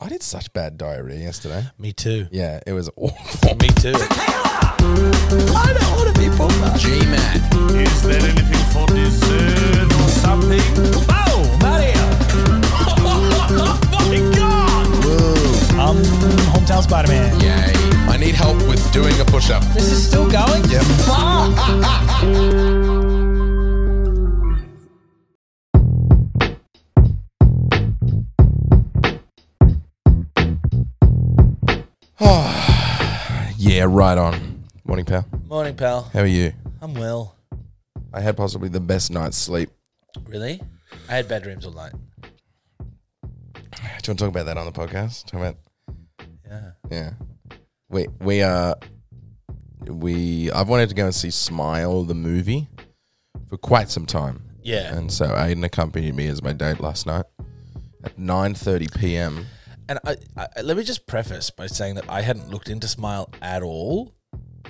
I did such bad diarrhea yesterday. Me too. Yeah, it was awful. Me too. I don't want to be boomer. G-Man. Is there anything for dessert or something? Oh, Mario! Oh my god! Woo. Um, hometown Spider Man. Yay. I need help with doing a push-up. This is still going? Yep. Fuck! Yeah, right on. Morning, pal. Morning, pal. How are you? I'm well. I had possibly the best night's sleep. Really? I had bad dreams all night. Do you want to talk about that on the podcast? Talk about Yeah. yeah. We we uh we I've wanted to go and see Smile the movie for quite some time. Yeah. And so Aiden accompanied me as my date last night at 9:30 p.m. And I, I, let me just preface by saying that I hadn't looked into Smile at all.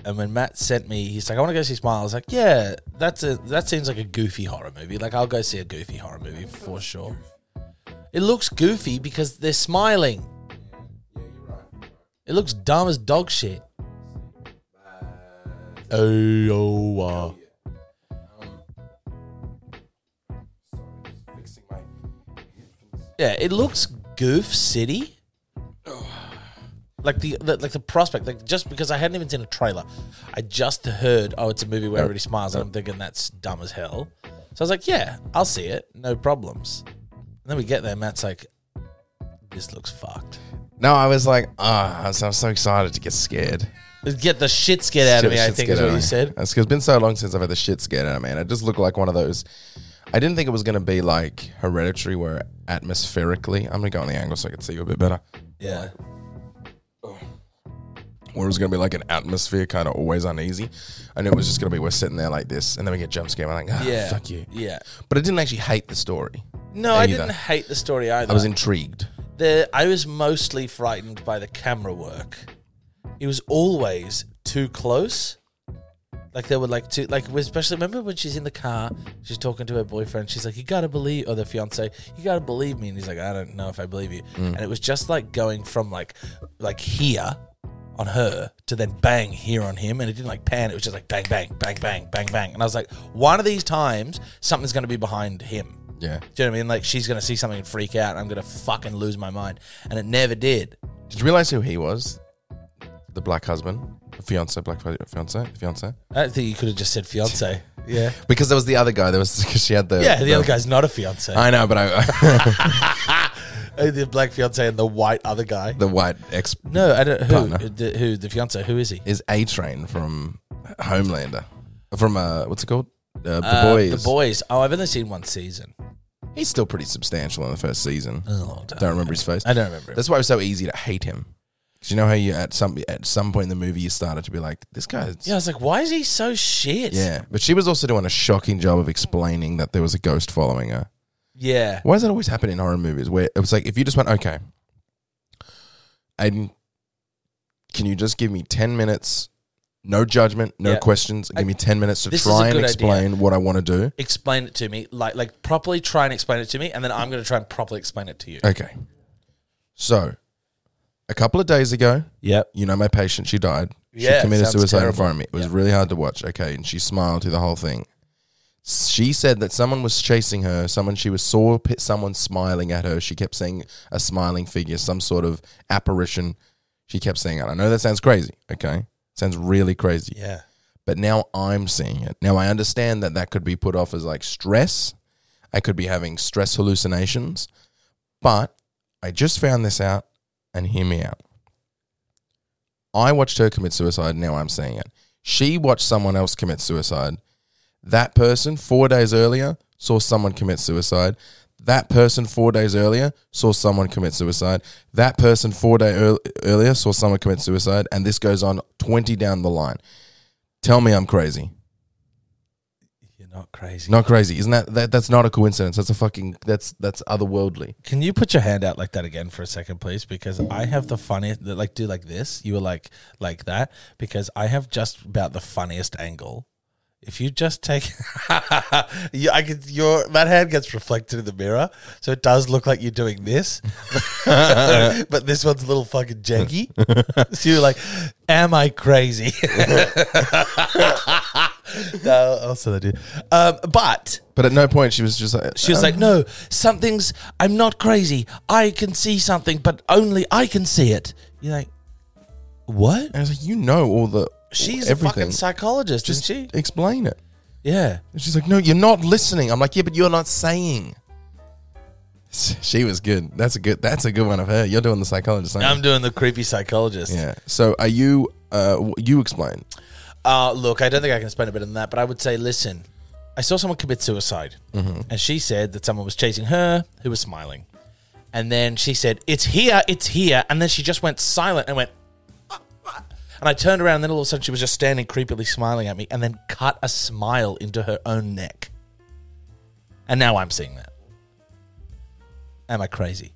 And when Matt sent me, he's like, "I want to go see Smile." I was like, "Yeah, that's a that seems like a goofy horror movie. Like, I'll go see a goofy horror movie for sure." It looks goofy because they're smiling. It looks dumb as dog shit. Oh, oh, uh, yeah, it looks goof city. Like the, the like the prospect, like just because I hadn't even seen a trailer, I just heard, oh, it's a movie where everybody smiles, and I'm thinking that's dumb as hell. So I was like, yeah, I'll see it, no problems. And then we get there, Matt's like, this looks fucked. No, I was like, ah, I was I was so excited to get scared. Get the shit scared out of me. I Shit think scared is out what of you me. said. That's 'cause it's been so long since I've had the shit scared out of me. And I just look like one of those. I didn't think it was going to be like hereditary, where atmospherically, I'm going to go on the angle so I can see you a bit better. Yeah, Where it was going to be like an atmosphere, kind of always uneasy. I knew it was just going to be we're sitting there like this, and then we get jump scared. I'm like, ah, yeah, fuck you. yeah. But I didn't actually hate the story. No, I Either. didn't hate the story either. I was intrigued. the I was mostly frightened by the camera work. It was always too close. Like they were like too like especially remember when she's in the car, she's talking to her boyfriend, she's like, You gotta believe or the fiance, you gotta believe me and he's like, I don't know if I believe you. And it was just like going from like like here on her to then bang here on him and it didn't like pan, it was just like bang, bang, bang, bang, bang, bang. And I was like, one of these times something's gonna be behind him. Yeah. Do you know what I mean? Like she's gonna see something and freak out, and I'm gonna fucking lose my mind. And it never did. Did you realize who he was? The black husband, fiance, black fiance, fiance. I don't think you could have just said fiance. yeah. Because there was the other guy. There was because she had the Yeah, the, other guy's not a fiance. I know, but I Uh, the black fiance and the white other guy. the white ex no, I don't. Who? uh, Partner. The, who? The fiance? Who is he? is A Train from Homelander. From uh, what's it called? Uh, the Uh, boys. The boys. Oh, I've only seen one season. He's still pretty substantial in the first season. Oh, don't- Don't remember his face. I don't remember. Him. That's why it was so easy to hate him. 'Cause you know how you at some at some point in the movie you started to be like, this guy's Yeah, I was like, why is he so shit? yeah. But she was also doing a shocking job of explaining that there was a ghost following her. Yeah. Why does that always happen in horror movies? Where it was like, if you just went, okay, Aiden, can you just give me 10 minutes, no judgment, no Yeah. questions, give me 10 minutes to This is try a and good idea. explain what I want to do? Explain it to me, like, like properly try and explain it to me, and then I'm gonna try and properly explain it to you. Okay. So, a couple of days ago, Yep. you know, my patient, she died. Yeah, she committed sounds suicide in terrible. front of me. It was really hard to watch. Okay. And she smiled through the whole thing. She said that someone was chasing her. Someone she was saw p- someone smiling at her. She kept seeing a smiling figure, some sort of apparition. She kept seeing it. I know that sounds crazy. Okay. Sounds really crazy. Yeah. But now I'm seeing it. Now I understand that that could be put off as like stress. I could be having stress hallucinations. But I just found this out and hear me out. I watched her commit suicide. Now I'm seeing it. She watched someone else commit suicide. That person, four days earlier, saw someone commit suicide. That person, four days earlier, saw someone commit suicide. That person, four days earlier, saw someone commit suicide. And this goes on 20 down the line. Tell me I'm crazy. You're not crazy. Not crazy. Isn't that, that that's not a coincidence. That's a fucking that's that's otherworldly. Can you put your hand out like that again for a second, please? Because I have the funniest, like, do like this. You were like, like that, because I have just about the funniest angle If you just take, you, I could, your that hand gets reflected in the mirror, so it does look like you're doing this, but this one's a little fucking janky. so you're like, "Am I crazy?" no, I'll say that to you. Um, but But at no point she was just like um, she was like, "No, something's. I'm not crazy. I can see something, but only I can see it." You're like, "What?" I was like, you know all the She's a everything. fucking psychologist, just isn't she? explain it. Yeah. And she's like, no, you're not listening. I'm like, yeah, but you're not saying. She was good. That's a good. That's a good one of her. You're doing the psychologist. aren't you? I'm doing the creepy psychologist. yeah. So are you? Uh, w- you explain. Uh, look, I don't think I can explain it better than that, but I would say, listen, I saw someone commit suicide, and she said that someone was chasing her who was smiling. And then she said, It's here, it's here. And then she just went silent and went, "Ah, ah." and I turned around, and then all of a sudden she was just standing creepily smiling at me, and then cut a smile into her own neck. And now I'm seeing that. Am I crazy?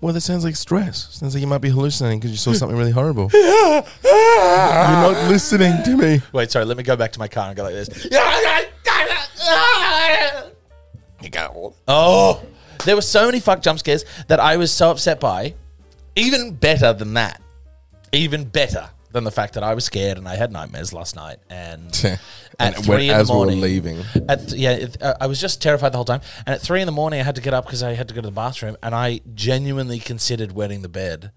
Well, that sounds like stress. Sounds like you might be hallucinating because you saw something really horrible. you're not listening to me. Wait, sorry, let me go back to my car and go like this. You go. Oh, there were so many fuck jump scares that I was so upset by. Even better than that. Even better than the fact that I was scared and I had nightmares last night. And and at when- three in as the morning, we were leaving, At yeah, it, uh, I was just terrified the whole time. And at three in the morning, I had to get up because I had to go to the bathroom, and I genuinely considered wetting the bed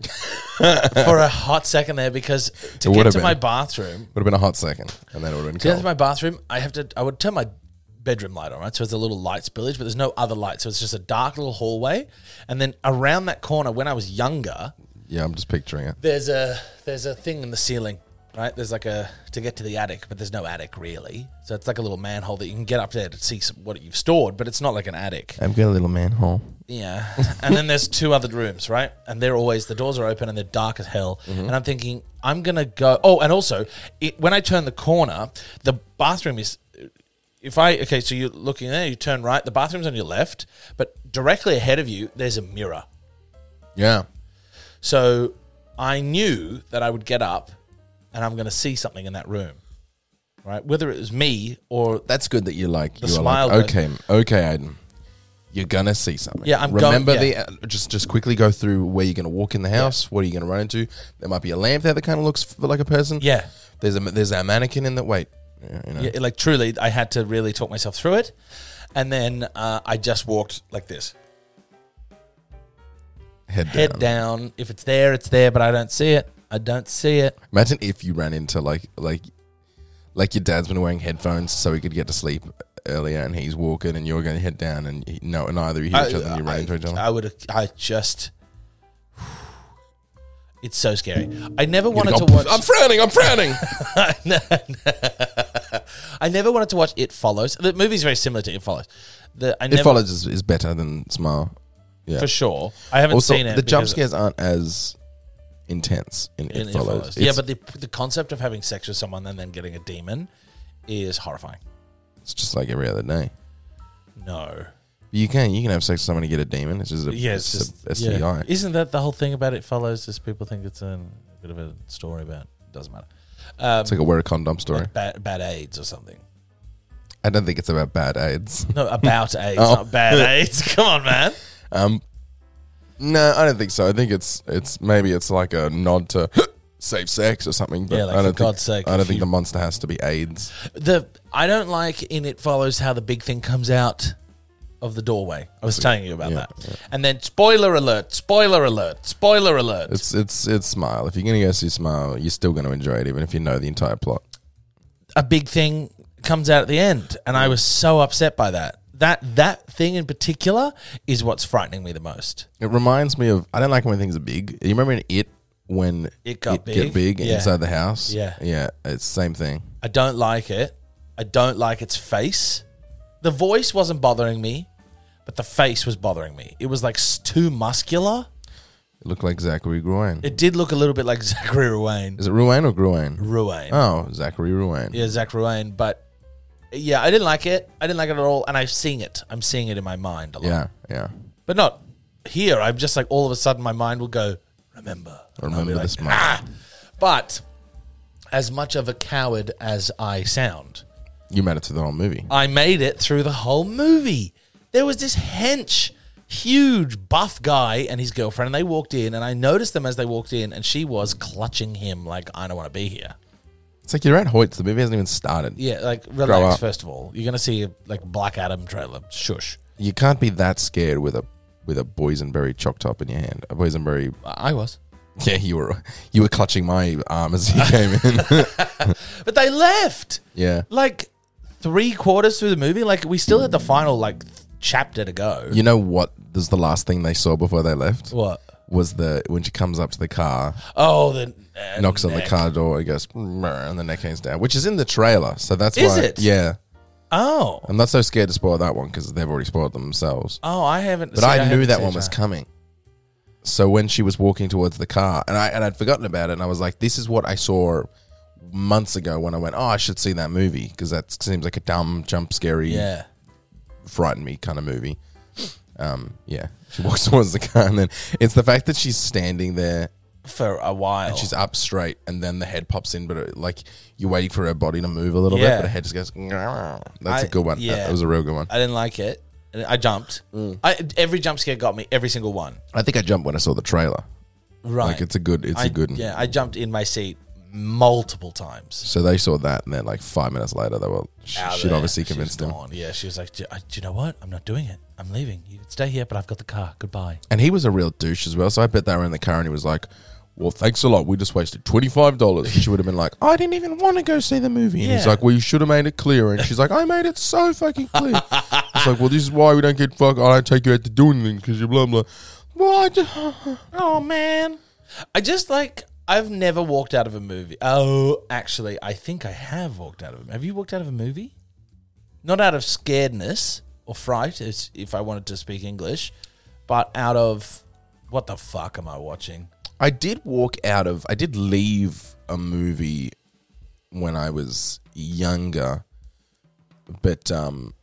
for a hot second there because to It get would've to been. my bathroom, would have been a hot second, and then it would have been to get cold. into my bathroom, I have to. I would turn my bedroom light on, right? So it's a little light spillage, but there's no other light, so it's just a dark little hallway. And then around that corner, when I was younger, yeah, I'm just picturing it. there's a there's a thing in the ceiling, right? There's like a to get to the attic, but there's no attic really. So it's like a little manhole that you can get up there to see some, what you've stored, but it's not like an attic. I've got a little manhole. Yeah. And then there's two other rooms, right? And they're always, the doors are open and they're dark as hell. And I'm thinking, I'm going to go. Oh, and also, it, when I turn the corner, the bathroom is. If I. Okay, so you're looking there, you turn right, the bathroom's on your left, but directly ahead of you, there's a mirror. Yeah. So I knew that I would get up and I'm going to see something in that room, right? Whether it was me or. That's good that you like. The you are smile like, goes- okay, okay, Aiden. You're gonna see something. Yeah, I'm going- Remember yeah. the uh, just just quickly go through where you're gonna walk in the house. What are you gonna run into? There might be a lamp there that kind of looks f- like a person. Yeah. There's a there's a mannequin in that. Wait. Yeah, you know. Yeah, like truly, I had to really talk myself through it. And then uh, I just walked like this. Head, head down. down. If it's there, it's there, but I don't see it. I don't see it. Imagine if you ran into like like like your dad's been wearing headphones so he could get to sleep earlier, and he's walking, and you're going to head down, and he, no, neither you hear each other, and you run into each other. I would. I just. It's so scary. I never You'd wanted go, to watch. I'm frowning. I'm frowning. I never wanted to watch It Follows. The movie's very similar to It Follows. The I never it follows is, is better than smile. Yeah. for sure. I haven't also, seen it. the jump because- scares aren't as intense in in It Follows. Yeah, It's- but the the concept of having sex with someone and then getting a demon is horrifying. it's just like every other day. No. You can you can have sex with someone and get a demon. It's just a, Yeah, it's it's just a yeah. STI. Isn't that the whole thing about it follows? Is people think it's a bit of a story about doesn't matter. Um, It's like a wear a condom story. like bad, bad AIDS or something. I don't think it's about bad AIDS. No, about AIDS, Oh. not bad AIDS. Come on, man. Um, no, I don't think so. I think it's it's maybe it's like a nod to safe sex or something. But Yeah, like, I don't for think, God's sake, I don't if think you- the monster has to be AIDS. The I don't like in it follows how the big thing comes out of the doorway. I was telling you about yeah, that. And then spoiler alert, spoiler alert, spoiler alert. It's it's it's smile. If you're gonna go see smile, you're still gonna enjoy it, even if you know the entire plot. a big thing comes out at the end, and I was so upset by that. That that thing in particular is what's frightening me the most. It reminds me of I don't like when things are big. You remember in it when It got big? get big Yeah. inside the house. Yeah. yeah, it's same thing. I don't like it. I don't like its face. The voice wasn't bothering me, but the face was bothering me. It was like s- too muscular. It looked like Zachary Gruane. It did look a little bit like Zachary Ruane. Is it Ruane or Gruane? Ruane. Oh, Zachary Ruane. Yeah, Zach Ruane. But yeah, I didn't like it. I didn't like it at all. And I've seen it. I'm seeing it in my mind a lot. yeah, yeah. But not here. I'm just like, all of a sudden, my mind will go, remember. I remember this "Ah!" month. But as much of a coward as I sound, You made it through the whole movie. I made it through the whole movie. There was this hench, huge buff guy and his girlfriend, and they walked in, and I noticed them as they walked in, and she was clutching him like, I don't want to be here. It's like you're at Hoyts. The movie hasn't even started. Yeah, like, relax, up. first of all. You're going to see a like, Black Adam trailer. Shush. You can't be that scared with a with a boysenberry chalk top in your hand. A boysenberry. I I was. Yeah, you were you were clutching my arm as you came in. But they left. yeah, Like, three quarters through the movie. Like, we still had the final, like, th- chapter to go. you know what? This is the last thing they saw before they left. What? Was the when she comes up to the car, Oh, the. Uh, knocks on the neck. car door, and goes, "Mrr," and the neck hangs down, which is in the trailer. So that's Is why. it? Yeah, Oh. I'm not so scared to spoil that one because they've already spoiled them themselves. Oh, I haven't. But I knew that one was coming. So when she was walking towards the car, and I and I'd forgotten about it, and I was like, "This is what I saw months ago when I went, oh, I should see that movie because that seems like a dumb, jump scary, Yeah. frighten me kind of movie." Um, yeah, she walks towards the car, and then it's the fact that she's standing there, For a while. she's up straight, and then the head pops in, but it, like you're waiting for her body to move a little Yeah. bit, but her head just goes. "Grrr." That's a I- good one. yeah. That, that was a real good one. I didn't like it. And I jumped. Mm. I, every jump scare got me. Every single one. I think I jumped when I saw the trailer. Right. Like it's a good, it's a I- good. one. Yeah, I jumped in my seat multiple times. So they saw that, and then like five minutes later, they were she Out of she'd there. obviously She was convinced him, gone. Yeah, she was like, do, I- do you know what? I'm not doing it. I'm leaving. You can stay here, but I've got the car. Goodbye. and he was a real douche as well. So I bet they were in the car, and he was like, "Well, thanks a lot. We just wasted twenty five dollars." She would have been like, "I didn't even want to go see the movie." And he's Yeah. like, "Well, you should have made it clear." And she's like, "I made it so fucking clear." it's like, "Well, this is why we don't get fuck. I don't take you out to do anything because you're blah blah." Well, I just, Oh, man. I just like, I've never walked out of a movie. Oh, actually, I think I have walked out of a Have you walked out of a movie? Not out of scaredness or fright, is- if I wanted to speak English, but out of what the fuck am I watching? I did walk out of. I did leave a movie when I was younger, but um,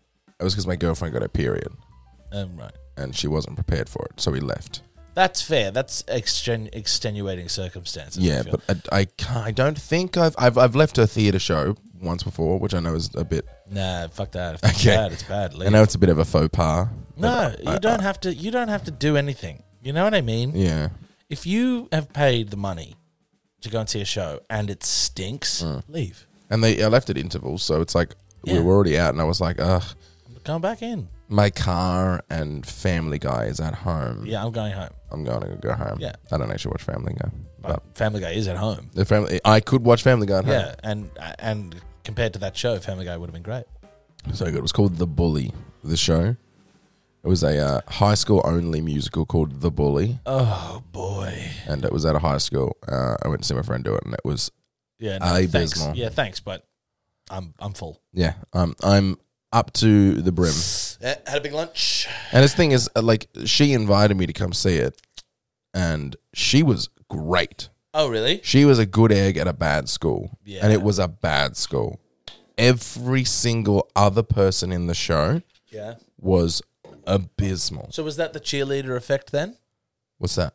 it was because my girlfriend got a period. Um, right. and she wasn't prepared for it, so we left. That's fair. That's exten- extenuating circumstances. I Yeah, feel. but I, I can't. I don't think I've, I've I've left a theater show once before, which I know is a bit. nah, fuck that. If it's Okay. bad, it's bad. I Leave. know it's a bit of a faux pas. no, but I- you don't have to. You don't have to do anything. You know what I mean? Yeah, If you have paid the money to go and see a show and it stinks, Mm. leave. and they I left at intervals, so it's like we Yeah. were already out, and I was like, ugh, Come back in. my car and Family Guy is at home. Yeah, I'm going home. I'm going to go home. Yeah. I don't actually watch Family Guy, But but Family Guy is at home. the Family I could watch Family Guy. At home. Yeah, and and compared to that show, Family Guy would have been great. so good. It was called The Bully, the show. It was a uh, high school only musical called The Bully. Oh boy. and it was at a high school. Uh, I went to see my friend do it, and it was Yeah. thanks. Ah, Abysmal. Yeah, thanks, but I'm I'm full. yeah, um, I'm up to the brim. Yeah, Eh, had a big lunch. And this thing is, uh, like, she invited me to come see it, and she was great. Oh really? She was a good egg at a bad school, Yeah. and it was a bad school. Every single other person in the show Yeah. was abysmal. So was that the cheerleader effect then? What's that?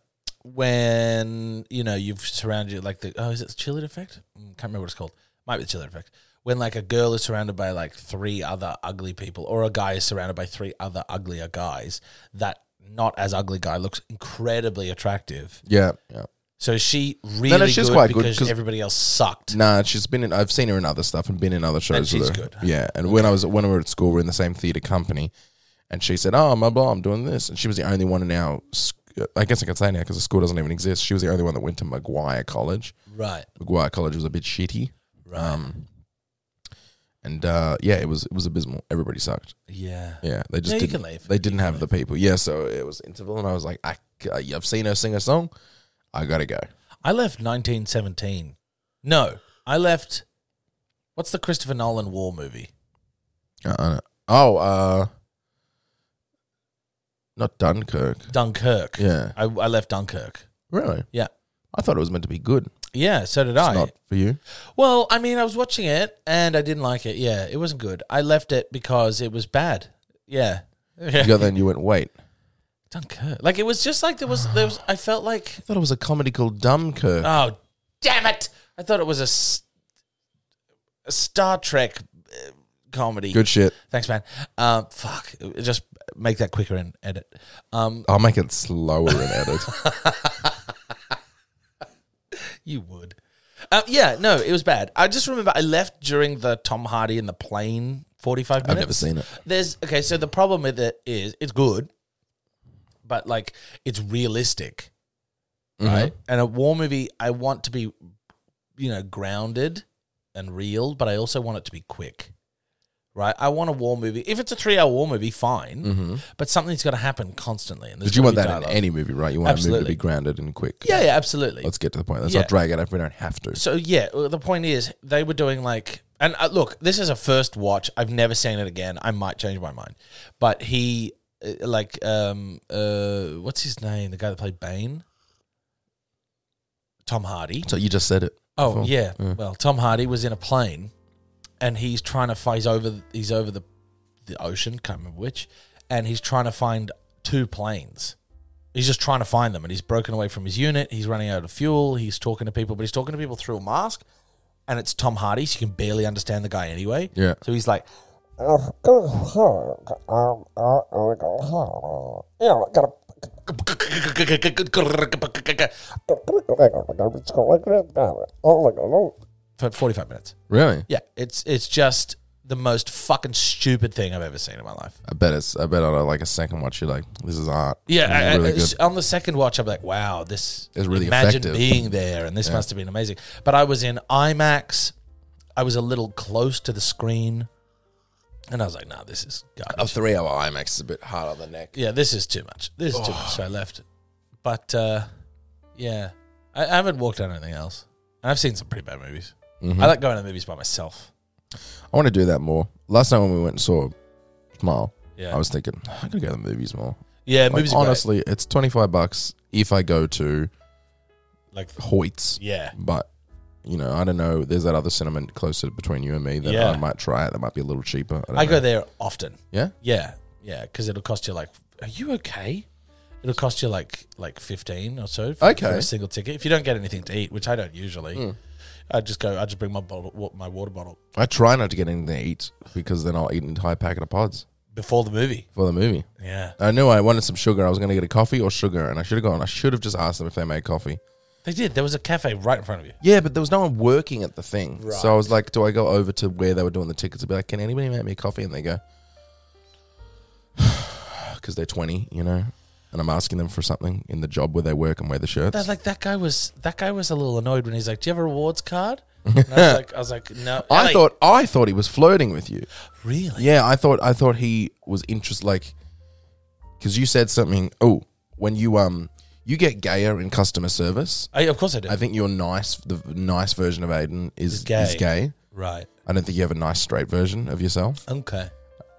When you know you've surrounded you like the oh is it the cheerleader effect? Mm, Can't remember what it's called. Might be the cheerleader effect. When like a girl is surrounded by like three other ugly people, or a guy is surrounded by three other uglier guys, that not as ugly guy looks incredibly attractive. Yeah, yeah. So is she really she's good quite good, because 'cause- Mm. everybody else sucked. Nah, she's been in. I've seen her in other stuff and been in other shows. she's with her. good. Yeah, and when I was when we were at school, we were in the same theater company, and she said, "Oh, my blah, I'm doing this," and she was the only one in our. sc- uh, I guess I could say now because the school doesn't even exist. She was the only one that went to Maguire College. Right. Maguire College was a bit shitty, Right. Um, and uh, yeah, it was it was abysmal. Everybody sucked. yeah. Yeah, they just Yeah, you didn't. can leave. They didn't have the people. Yeah, so it was interval, and I was like, I, I've seen her sing a song. I gotta go. I left 1917. No, I left. What's the Christopher Nolan war movie? Uh, uh, oh, uh, not Dunkirk. Dunkirk. Yeah. I, I left Dunkirk. Really? Yeah. I thought it was meant to be good. Yeah, so did I. It's not for you. Well, I mean, I was watching it and I didn't like it. Yeah, it wasn't good. I left it because it was bad. Yeah. You got there and you went, wait. Dunkirk. Like it was just like there was there was I felt like I thought it was a comedy called Dunkirk. oh damn it. I thought it was a, s- a Star Trek uh, comedy. Good shit. Thanks, man. Um, fuck. Just make that quicker and edit. Um, I'll make it slower and edit. you would. Um, yeah, no, it was bad. I just remember I left during the Tom Hardy in the plane 45 minutes. I've never seen it. There's okay, so the problem with it is it's good, but like it's realistic, Mm-hmm. right? And a war movie, I want to be, you know, grounded and real, but I also want it to be quick, right? I want a war movie. If it's a three-hour war movie, fine, but something's got to happen constantly. And Mm-hmm. Did you want that in any? any movie, right? You want a movie Absolutely. to be grounded and quick. Yeah, yeah, absolutely. Let's get to the point. Let's Yeah. not drag it if we don't have to. So yeah, well, the point is they were doing like, and uh, look, this is a first watch. I've never seen it again. I might change my mind, but he uh, like um uh what's his name? The guy that played Bane, Tom Hardy. So you just said it. Oh yeah. Well, Tom Hardy was in a plane, and he's trying to fight. He's over. He's over the the ocean. Can't remember which. And he's trying to find two planes. He's just trying to find them, and he's broken away from his unit. He's running out of fuel. He's talking to people, but he's talking to people through a mask. And it's Tom Hardy, so you can barely understand the guy anyway. Yeah. So he's like, for forty-five minutes. Really? Yeah, it's it's just the most fucking stupid thing I've ever seen in my life. I bet it's. I bet on a, like a second watch, you're like, this is art. Yeah, This is I- I- really s- good. on the second watch, I'm like, wow, this It's really imagine effective. being there, and this must have been amazing. But I was in IMAX. I was a little close to the screen, and I was like, nah, this is A garbage. three-hour IMAX is a bit hard on the neck. Yeah, this is too much. This is too Oh. much. So I left. But uh, yeah, I, I haven't walked on anything else. And I've seen some pretty bad movies. Mm-hmm. I like going to the movies by myself. I want to do that more. Last night when we went and saw Smile, Yeah, I was thinking I'm gonna go to the movies more. yeah, Like, movies. Honestly, honestly, it's 25 bucks if I go to like Hoyt's. yeah, but you know, I don't know. There's that other cinema closer between you and me that Yeah. I might try it. That might be a little cheaper. don't I know. go there often. Yeah, Yeah, yeah, because it'll cost you like, are you okay? It'll cost you like like fifteen or so for, Okay. Hmm. for a single ticket. If you don't get anything to eat, which I don't usually, I just go. I just bring my bottle, wa- my water bottle I try not to get anything to eat because then I'll eat an entire packet of pods before the movie. for the movie. Yeah, I knew I wanted some sugar. I was going to get a coffee or sugar, and I should have gone. I should have just asked them if they made coffee. they did. There was a cafe right in front of you. Yeah, but there was no one working at the thing, so I was like, "Do I go over to where they were doing the tickets and be like, can anybody make me a coffee?" And they go, because they're 20, you know, and I'm asking them for something in the job where they work and wear the shirts. That's like that guy was that guy was a little annoyed when he's like, "Do you have a rewards card?" And I was like, "I was like, no." I Like, thought I thought he was flirting with you. really. Yeah, I thought I thought he was interest like because you said something. Oh, when you um you get gayer in customer service. I, of course I did. I think your nice the nice version of Aiden is is gay. gay. right. I don't think you have a nice straight version of yourself. Okay.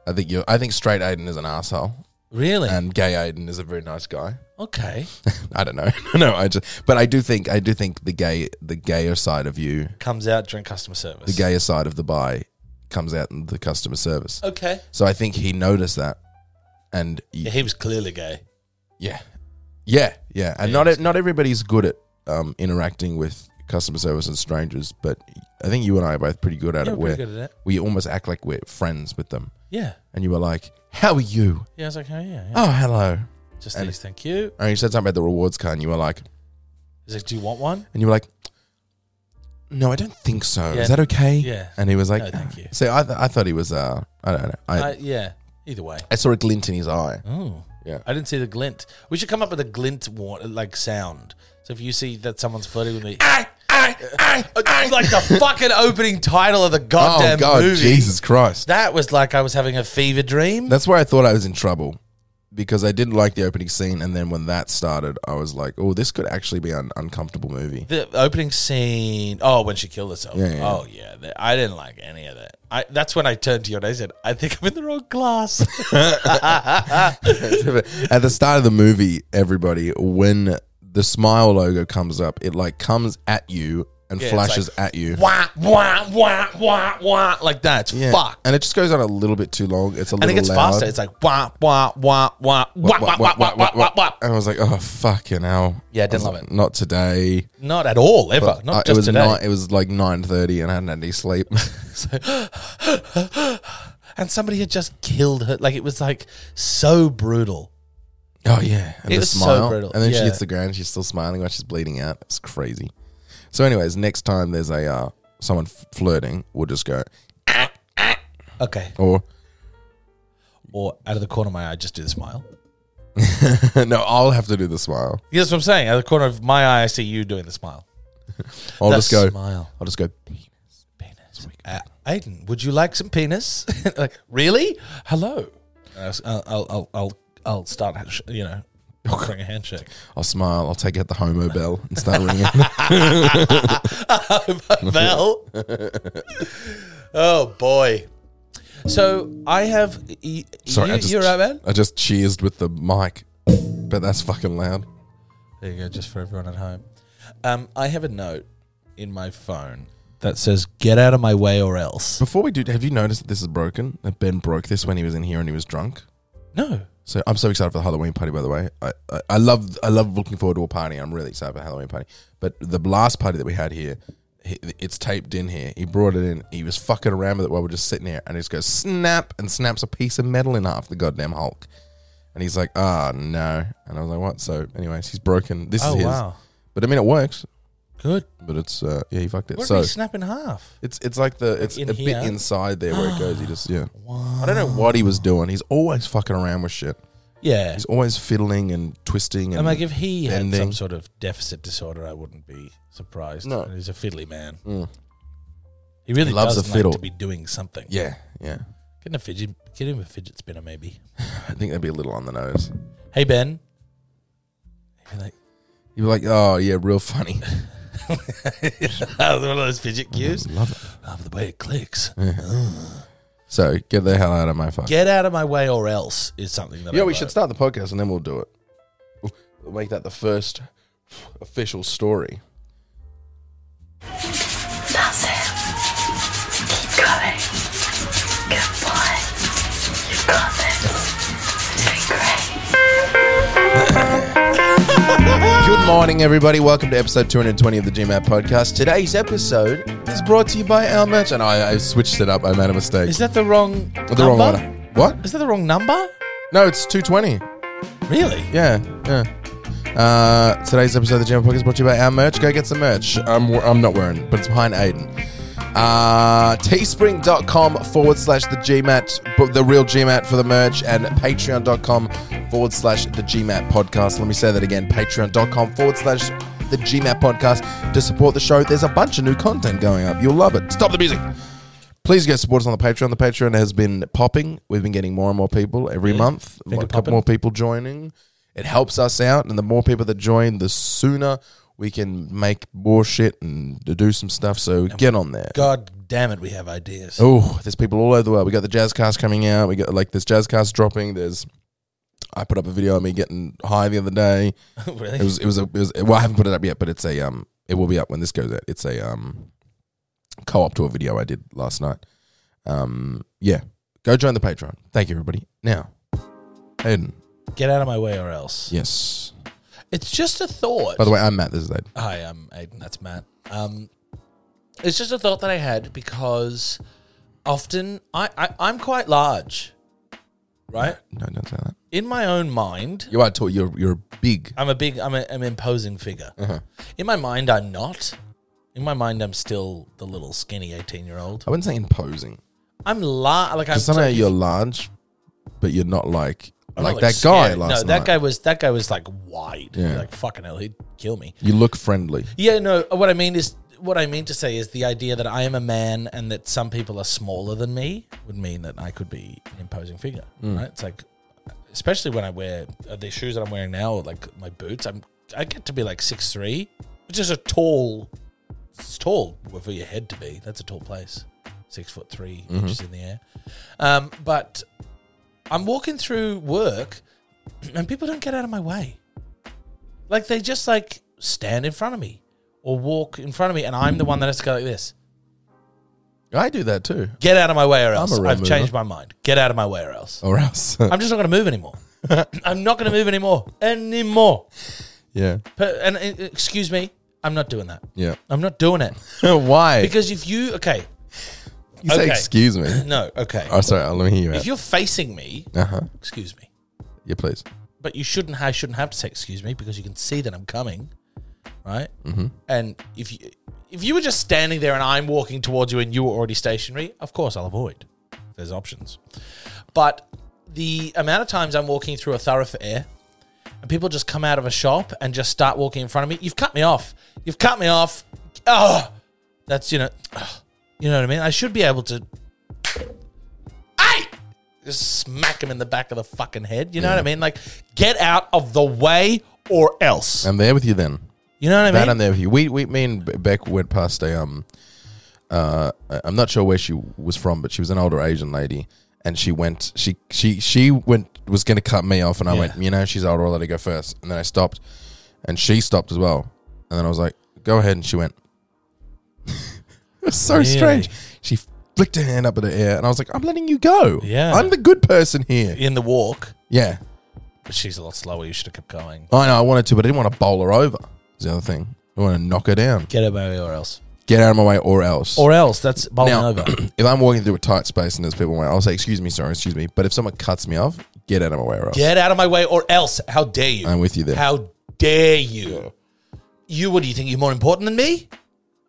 I think you I think straight Aiden is an asshole Really. and gay Aiden is a very nice guy. okay. I don't know. no, I just but I do think I do think the gay the gayer side of you, Comes out during customer service. the gayer side of the buy comes out in the customer service. Okay. So I think he noticed that, and y- Yeah, he was clearly gay. yeah, yeah, yeah. And not not everybody's good at um, interacting with customer service and strangers, but I think you and I are both pretty good at Yeah, it. we're Where pretty good at it. we almost act like we're friends with them, Yeah. and you were like, "How are you? Yeah, I was like, oh yeah, yeah. Oh, hello." just and- these, thank you. And you said something about the rewards card, and you were like, He's like, do you want one? and you were like. No, I don't think so. Yeah. Is that okay? Yeah. And he was like, No, thank you. So I, th- I thought he was, uh, I don't know. I, I, yeah. Either way. I saw a glint in his eye. Oh. Yeah. I didn't see the glint. We should come up with a glint war- like sound. So if you see that someone's flirting with me, like the fucking opening title of the goddamn oh, God, movie. Jesus Christ. That was like I was having a fever dream. That's where I thought I was in trouble because I didn't like the opening scene, and then when that started, I was like, "Oh, this could actually be an uncomfortable movie." the opening scene. Oh, when she killed herself. Yeah, yeah. Oh yeah, That- I didn't like any of that. I, that's when I turned to you and I said, I think I'm in the wrong class. At the start of the movie, everybody, when the smile logo comes up, it like comes at you and Yeah, it's flashes at you. wah wah wah wah wah like that. It's Yeah. fuck. And it just goes on a little bit too long. It's a And little it gets loud. faster. It's like wah wah wah wah wah wah wah wah wah wah. wah. And I was like, oh fucking hell. Yeah, I didn't was love like, it. Not today. Not at all, ever. Not Uh, just it was today. nine- it was like nine thirty, and I hadn't had any sleep. and somebody had just killed her. Like it was like so brutal. oh yeah, and It the was so smile, brutal. and then Yeah. she hits the ground. She's still smiling while she's bleeding out. It's crazy. So, anyways, next time there's a uh, someone f- flirting, we'll just go Okay. or Or out of the corner of my eye, just do the smile. no, I'll have to do the smile. Yeah, that's what I'm saying. Out of the corner of my eye, I see you doing the smile. I'll The just Oh, go. smile. I'll just go. Penis. Uh, Aiden, would you like some penis? like really? Hello. And I was- I'll, I'll, I'll, I'll, I'll start. You know, offering a handshake. I'll smile. I'll take out the homo bell and start ringing. Val. oh boy. So I have. Y- Sorry, you, I just you're right, man. I just cheersed with the mic, but that's fucking loud. There you go, just for everyone at home. Um, I have a note in my phone that says "Get out of my way, or else." Before we do, have you noticed that this is broken? That Ben broke this when he was in here and he was drunk. No, So I'm so excited for the Halloween party. By the way, I, I, I love I love looking forward to a party. I'm really excited for the Halloween party. But the last party that we had here, he, it's taped in here. He brought it in. He was fucking around with it while we're just sitting here, and he just goes snap and snaps a piece of metal in half. The goddamn Hulk. And he's like, ah, no. And I was like, what? So, anyways, he's broken. This Oh, is his. wow. But I mean, it works. good. But it's uh, yeah, he fucked it. What so did we snap in half? it's it's like the it's in a here? bit inside there where it goes. He just yeah. I don't know what he was doing. He's always fucking around with shit. Yeah, He's always fiddling and twisting. And I'm like, if he had some bending. sort of deficit disorder, I wouldn't be surprised. No. he's a fiddly man. He really He loves a does like fiddle. to be doing something. yeah, yeah. get a fidget, get him a fidget spinner, maybe. I think that'd be a little on the nose. Hey Ben, He'd be like, You'd be like, oh yeah, real funny. that was one of those fidget cues. Love it. Oh, the way it clicks. So get the hell out of my fuck. Get out of my way, or else is something that. yeah, I we wrote. should start the podcast and then we'll do it. We'll make that the first official story. That's it. Keep going. Good boy. You've got this. It's been great. Good morning, everybody. Welcome to episode 220 of the GMAT podcast. Today's episode is brought to you by our merch. And I, I switched it up. I made a mistake. Is that the wrong the number? wrong one. What? Is that the wrong number? No, it's 220. Really? Yeah, yeah. Uh, today's episode of the Jam Podcast is brought to you by our merch. Go get some merch. I'm, I'm not wearing, it, but it's behind Aiden. Uh, teespring.com forward slash the GMAT, bu- the real GMAT for the merch, and patreon.com forward slash the GMAT podcast. Let me say that again patreon.com forward slash the GMAT podcast to support the show. There's a bunch of new content going up. You'll love it. Stop the music. Please go support us on the Patreon. The Patreon has been popping. We've been getting more and more people every month. Finger a couple popping. more people joining. It helps us out, and the more people that join, the sooner we can make more shit and do some stuff. So get on there. God damn it, we have ideas. Oh, there's people all over the world. We got the Jazzcast coming out. We got like this Jazzcast dropping. There's I put up a video of me getting high the other day. really? It was it was a it was, well I haven't put it up yet, but it's a um it will be up when this goes out. It's a um co-op to a video I did last night. Um yeah, go join the Patreon. Thank you everybody. Now, Aiden. Get out of my way, or else. Yes. It's just a thought. By the way, I'm Matt. This is Aiden. Hi, I'm Aiden. That's Matt. Um, it's just a thought that I had because often I, I I'm quite large, right? No, don't say that. In my own mind, You are tall. You're you're big. I'm a big, I'm a, I'm an imposing figure. Uh-huh. In my mind, I'm not. In my mind, I'm still the little skinny 18 year old. I wouldn't say imposing. I'm large. Like I'm 'Cause somehow like, you're large, but you're not like I'm not, like, that guy scary. last no, night. that guy was that guy was like wide. Yeah. Like fucking hell, he'd kill me. You look friendly. Yeah, no. What I mean is, what I mean to say is the idea that I am a man and that some people are smaller than me would mean that I could be an imposing figure. Right? It's like, especially when I wear uh, the shoes that I'm wearing now, or like my boots. I'm I get to be like six three, which is a tall. It's tall for your head to be. That's a tall place. Six foot 3 inches in the air. Um, but I'm walking through work, and people don't get out of my way. Like they just like stand in front of me or walk in front of me, and I'm the one that has to go like this. I do that too. Get out of my way, or a else real I've mover. changed my mind. Get out of my way, or else Or else. I'm just not going to move anymore. I'm not going to move anymore anymore. yeah. Per- and uh, excuse me, I'm not doing that. Yeah. I'm not doing it Why? because if you okay, you say okay. excuse me. no, okay. Oh, sorry. I'll let me hear you If out. you're facing me, Uh huh. excuse me. Yeah, please. but you shouldn't. I shouldn't have to say excuse me because you can see that I'm coming, right? Mm-hmm. And if you if you were just standing there and I'm walking towards you and you were already stationary, of course I'll avoid. There's options, but the amount of times I'm walking through a thoroughfare and people just come out of a shop and just start walking in front of me, you've cut me off. You've cut me off. Oh, that's you know, you know what I mean. I should be able to. Hey! just smack him in the back of the fucking head. You know what I mean? Like, get out of the way or else. I'm there with you then. You know what I That mean? I'm there with you. We, we, me and Be- Beck went past a, um, uh, I- I'm not sure where she was from, but she was an older Asian lady. And she went, she, she, she went, was going to cut me off. And I Yeah. went, you know, she's older, I'll let her go first. And then I stopped. And she stopped as well. And then I was like, go ahead. And she went, it was so Really? strange. She flicked her hand up in the air. And I was like, I'm letting you go. Yeah. I'm the good person here. in the walk, Yeah. but she's a lot slower. You should have kept going. I know I wanted to, but I didn't want to bowl her over. Is the other thing. I want to knock her down. Get away or else. Get out of my way, or else. Or else. That's bowling now, over. if I'm walking through a tight space and there's people in my way, I'll say, "Excuse me, sorry, excuse me." But if someone cuts me off, get out of my way, or else. Get out of my way or else. How dare you? I'm with you there. How dare you? You, what do you think? You're more important than me?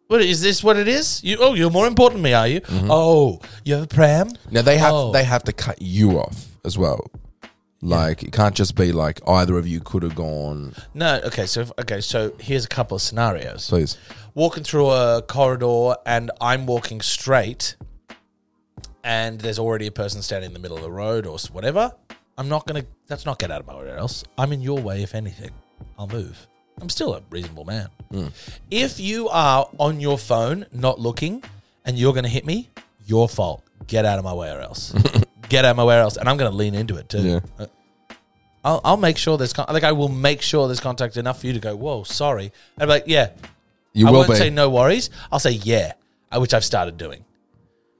What is this? What it is? You, oh, you're more important than me, are you? Mm-hmm. Oh, you have a pram? now they have Oh. they have to cut you off as well. Like it can't just be like either of you could have gone. No. Okay. So if, okay. So here's a couple of scenarios. Please, walking through a corridor and I'm walking straight and there's already a person standing in the middle of the road or s- whatever, I'm not going to, that's not get out of my way or else. I'm in your way, if anything. I'll move. I'm still a reasonable man. If you are on your phone, not looking, and you're going to hit me, your fault. Get out of my way or else. get out of my way or else. And I'm going to lean into it too. Yeah. Uh, I'll, I'll make sure there's con- like I will make sure there's contact enough for you to go. Whoa, sorry. And be like, yeah, you I will won't be. say no worries. I'll say yeah, uh, which I've started doing.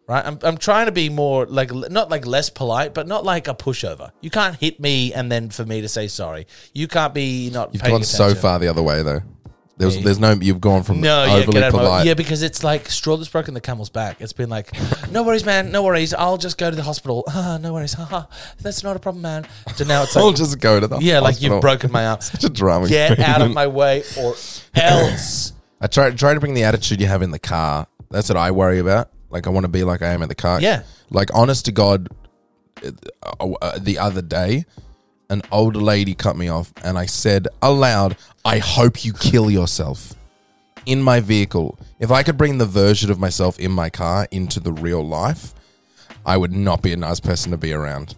Right, I'm, I'm trying to be more like l- not like less polite, but not like a pushover. You can't hit me and then for me to say sorry. You can't be not. You've paying gone so attention. far the other way though. There's Yeah. there's no you've gone from No, yeah, overly get out of my polite. way. yeah, because it's like straw that's broken the camel's back. It's been like, no worries, man, no worries. I'll just go to the hospital. Ah, no worries. Ha ha. That's not a problem, man. So now it's I'll like, just go to the yeah, like hospital. you've broken my arm. Such a drama. Get queen. out of my way or else. I try try to bring the attitude you have in the car. That's what I worry about. Like I want to be like I am in the car. Yeah. Like honest to God, uh, uh, the other day, an older lady cut me off, and I said aloud, "I hope you kill yourself." In my vehicle, if I could bring the version of myself in my car into the real life, I would not be a nice person to be around.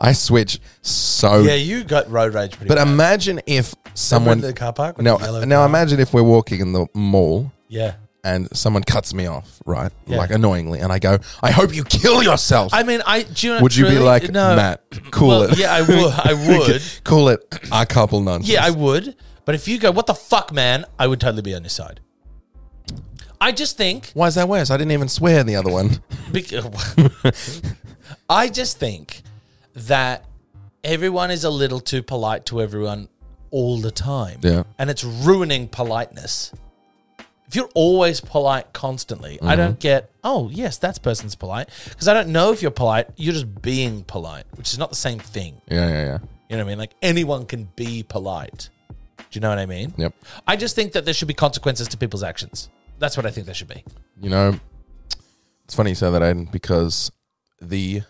I switch so Yeah, you got road rage pretty. but bad. imagine if someone in the car park with Now, the yellow now car? imagine if we're walking in the mall yeah. and someone cuts me off, right? Yeah. Like annoyingly, and I go, "I hope you kill yourself." I mean, I do you know, would you be truly- like, no. "Matt, cool Well, it"? yeah, I would- I would. cool it. Our couple nonsense. Yeah, I would. But if you go, what the fuck, man? I would totally be on your side. I just think. Why is that worse? I didn't even swear in the other one. bec- I just think that everyone is a little too polite to everyone all the time. Yeah. And it's ruining politeness. If you're always polite constantly, I don't get, oh, yes, that person's polite. Because I don't know if you're polite. You're just being polite, which is not the same thing. Yeah, yeah, yeah. You know what I mean? Like anyone can be polite. Do you know what I mean? Yep. I just think that there should be consequences to people's actions. That's what I think there should be. You know, it's funny you say that, Aiden, because the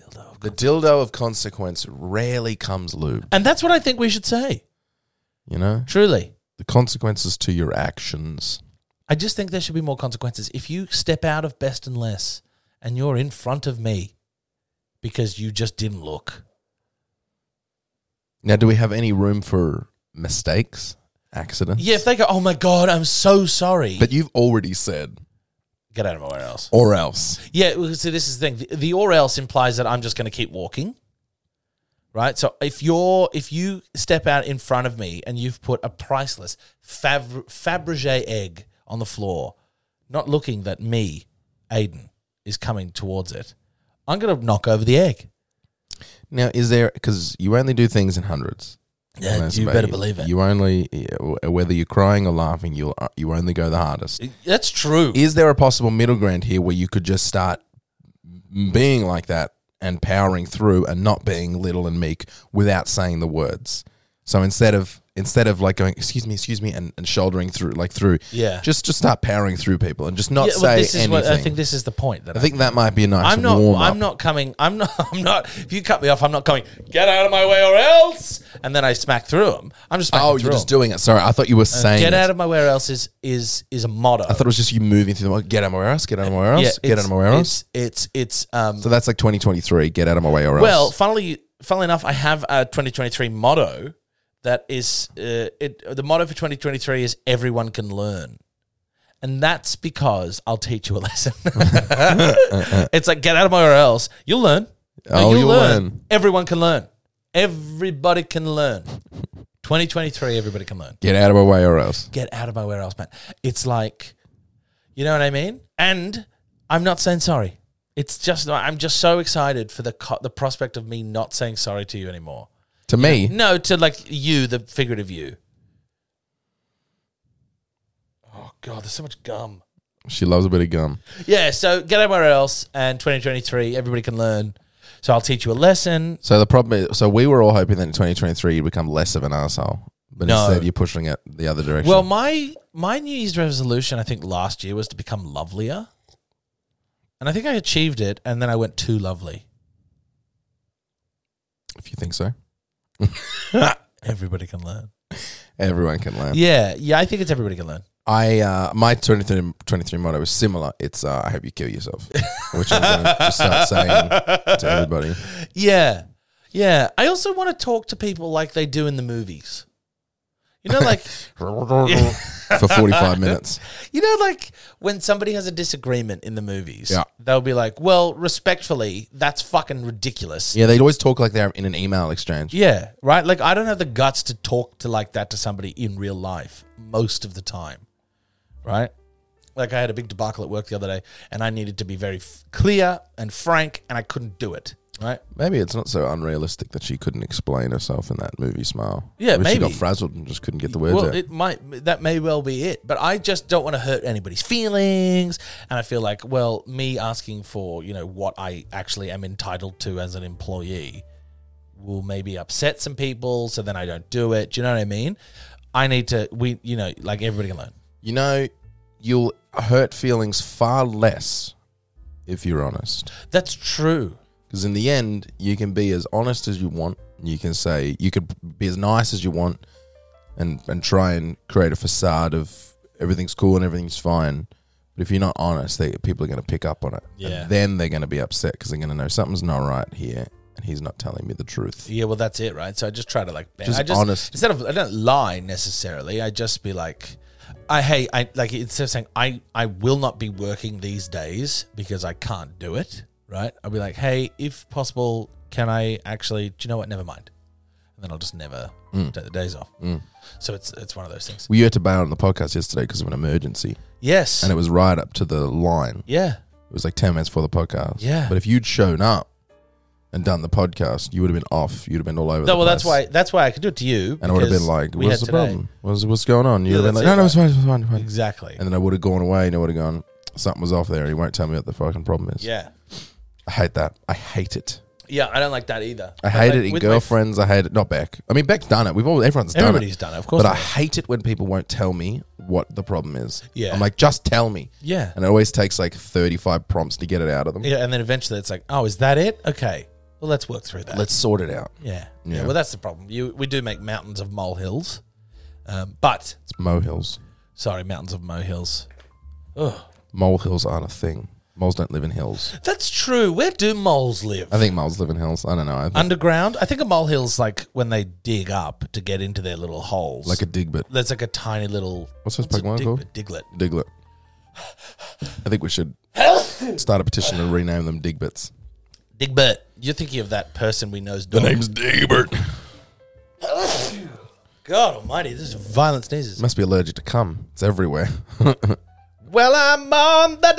dildo the dildo of consequence rarely comes lubed. And that's what I think we should say. You know, Truly. the consequences to your actions. I just think there should be more consequences. If you step out of best and less and you're in front of me because you just didn't look. Now, do we have any room for mistakes, accidents? Yeah, if they go, oh my God, I'm so sorry. But you've already said, get out of my way or else. or else. Yeah, well, see, this is the thing. The, the or else implies that I'm just going to keep walking, right? So if you're if you step out in front of me and you've put a priceless Fabr- Fabergé egg on the floor, not looking that me, Aiden, is coming towards it, I'm gonna knock over the egg. Now, is there because you only do things in hundreds? Yeah, That's you about better believe it. You only yeah, w- whether you're crying or laughing, you'll uh, you only go the hardest. That's true. Is there a possible middle ground here where you could just start being like that and powering through and not being little and meek without saying the words? So instead of instead of like going excuse me, excuse me, and, and shouldering through like through, Yeah. just just start powering through people and just not Yeah, say well, this is anything. what I think. This is the point that I that might be a nice I'm not. warm up. I'm not coming. I'm not. I'm not. If you cut me off, I'm not coming. Get out of my way, or else. And then I smack through them. I'm just. Smacking Oh, through you're just 'em. doing it. Sorry, I thought you were saying Uh, Get it. out of my way, or else is is is a motto. I thought it was just you moving through the world. Get out of my way, or else. Get out of my way, or else. get out of my way, or else. It's it's, it's um. So that's like 2023. Get out of my way, or else. well, funnily funnily enough, I have a 2023 motto that is uh, it. The motto for 2023 is everyone can learn. And that's because I'll teach you a lesson. it's like get out of my way or else. You'll learn. Oh, you'll learn. Everyone can learn. Everybody can learn. 2023, everybody can learn. get out of my way, or else. Get out of my way or else, man. It's like, you know what I mean? And I'm not saying sorry. It's just I'm just so excited for the co- the prospect of me not saying sorry to you anymore. To me, No, to like you, the figurative you. Oh god, there's so much gum. she loves a bit of gum. Yeah, so get everywhere else and 2023 everybody can learn. So I'll teach you a lesson. So the problem is, so we were all hoping that in 2023 you'd become less of an asshole, but No. instead you're pushing it the other direction. Well, my my New Year's resolution I think last year was to become lovelier. And I think I achieved it and then I went too lovely. if you think so, Everybody can learn. everyone can learn. Yeah, yeah, I think it's everybody can learn. I uh, my 23, 23 motto is similar. It's uh, I hope you kill yourself, which I'm going to just start saying to everybody. Yeah. Yeah. I also want to talk to people like they do in the movies. You know like for 45 minutes. You know, like when somebody has a disagreement in the movies, Yeah. they'll be like, well, respectfully, that's fucking ridiculous. Yeah, they'd always talk like they're in an email exchange. Yeah, right? Like, I don't have the guts to talk to like that to somebody in real life most of the time, right? Like, I had a big debacle at work the other day and I needed to be very f- clear and frank and I couldn't do it, right? Maybe it's not so unrealistic that she couldn't explain herself in that movie Smile. Yeah, Maybe she got maybe. frazzled and just couldn't get the words well, out. it might that may well be it, but I just don't want to hurt anybody's feelings, and I feel like, well, me asking for you know what I actually am entitled to as an employee will maybe upset some people, so then I don't do it. Do you know what I mean? I need to we you know like everybody can learn. you know, you'll hurt feelings far less if you're honest. That's true. Because in the end, you can be as honest as you want. You can say you could be as nice as you want, and and try and create a facade of everything's cool and everything's fine. But if you're not honest, they, people are going to pick up on it. Yeah. And then they're going to be upset because they're going to know something's not right here, and he's not telling me the truth. Yeah, well, that's it, right? So I just try to like, ban- Just I just honest. instead of I don't lie necessarily. I just be like, I hey, I like instead of saying I I will not be working these days because I can't do it. Right? I'll be like, hey, if possible, can I actually? Do you know what? Never mind. And then I'll just never Mm. take the days off. So it's it's one of those things. We had to bail on the podcast yesterday because of an emergency, Yes. and it was right up to the line. yeah. It was like ten minutes before the podcast. Yeah. But if you'd shown up and done the podcast, you would have been off. You'd have been all over. No, the well, that's place. why that's why I could do it to you. And I would have because been like, we "What's the had today." problem? What's what's going on?" You'd Yeah, have been that's like, "No, it, no, it's fine, it's fine, it's fine." Exactly. And then I would have gone away, and I would have gone, "Something was off there." And he won't tell me what the fucking problem is. yeah. I hate that. I hate it. Yeah, I don't like that either. I But, hate like, it in with my f- girlfriends. I hate it. Not Beck. I mean, Beck's done it. We've all everyone's done Everybody's it. done it, of course. But I they have. hate it when people won't tell me what the problem is. Yeah. I'm like, just tell me. Yeah. And it always takes like 35 prompts to get it out of them. Yeah, and then eventually it's like, oh, is that it? Okay, well, let's work through that. Let's sort it out. yeah. yeah, Yeah. Well, that's the problem. You we do make mountains of molehills, um, but It's molehills. sorry, mountains of molehills. Molehills aren't a thing. Moles don't live in hills. That's true. Where do moles live? I think moles live in hills. I don't know. I think Underground. I think a molehill's like when they dig up to get into their little holes. like a digbit. that's like a tiny little. What's this a Pokemon dig- called? Diglet. Diglett. I think we should start a petition to rename them Digbits. Digbert, you're thinking of that person we know's The dog. name's Debert. God Almighty, this is violent sneezes. Must be allergic to cum. It's everywhere. Well, I'm on the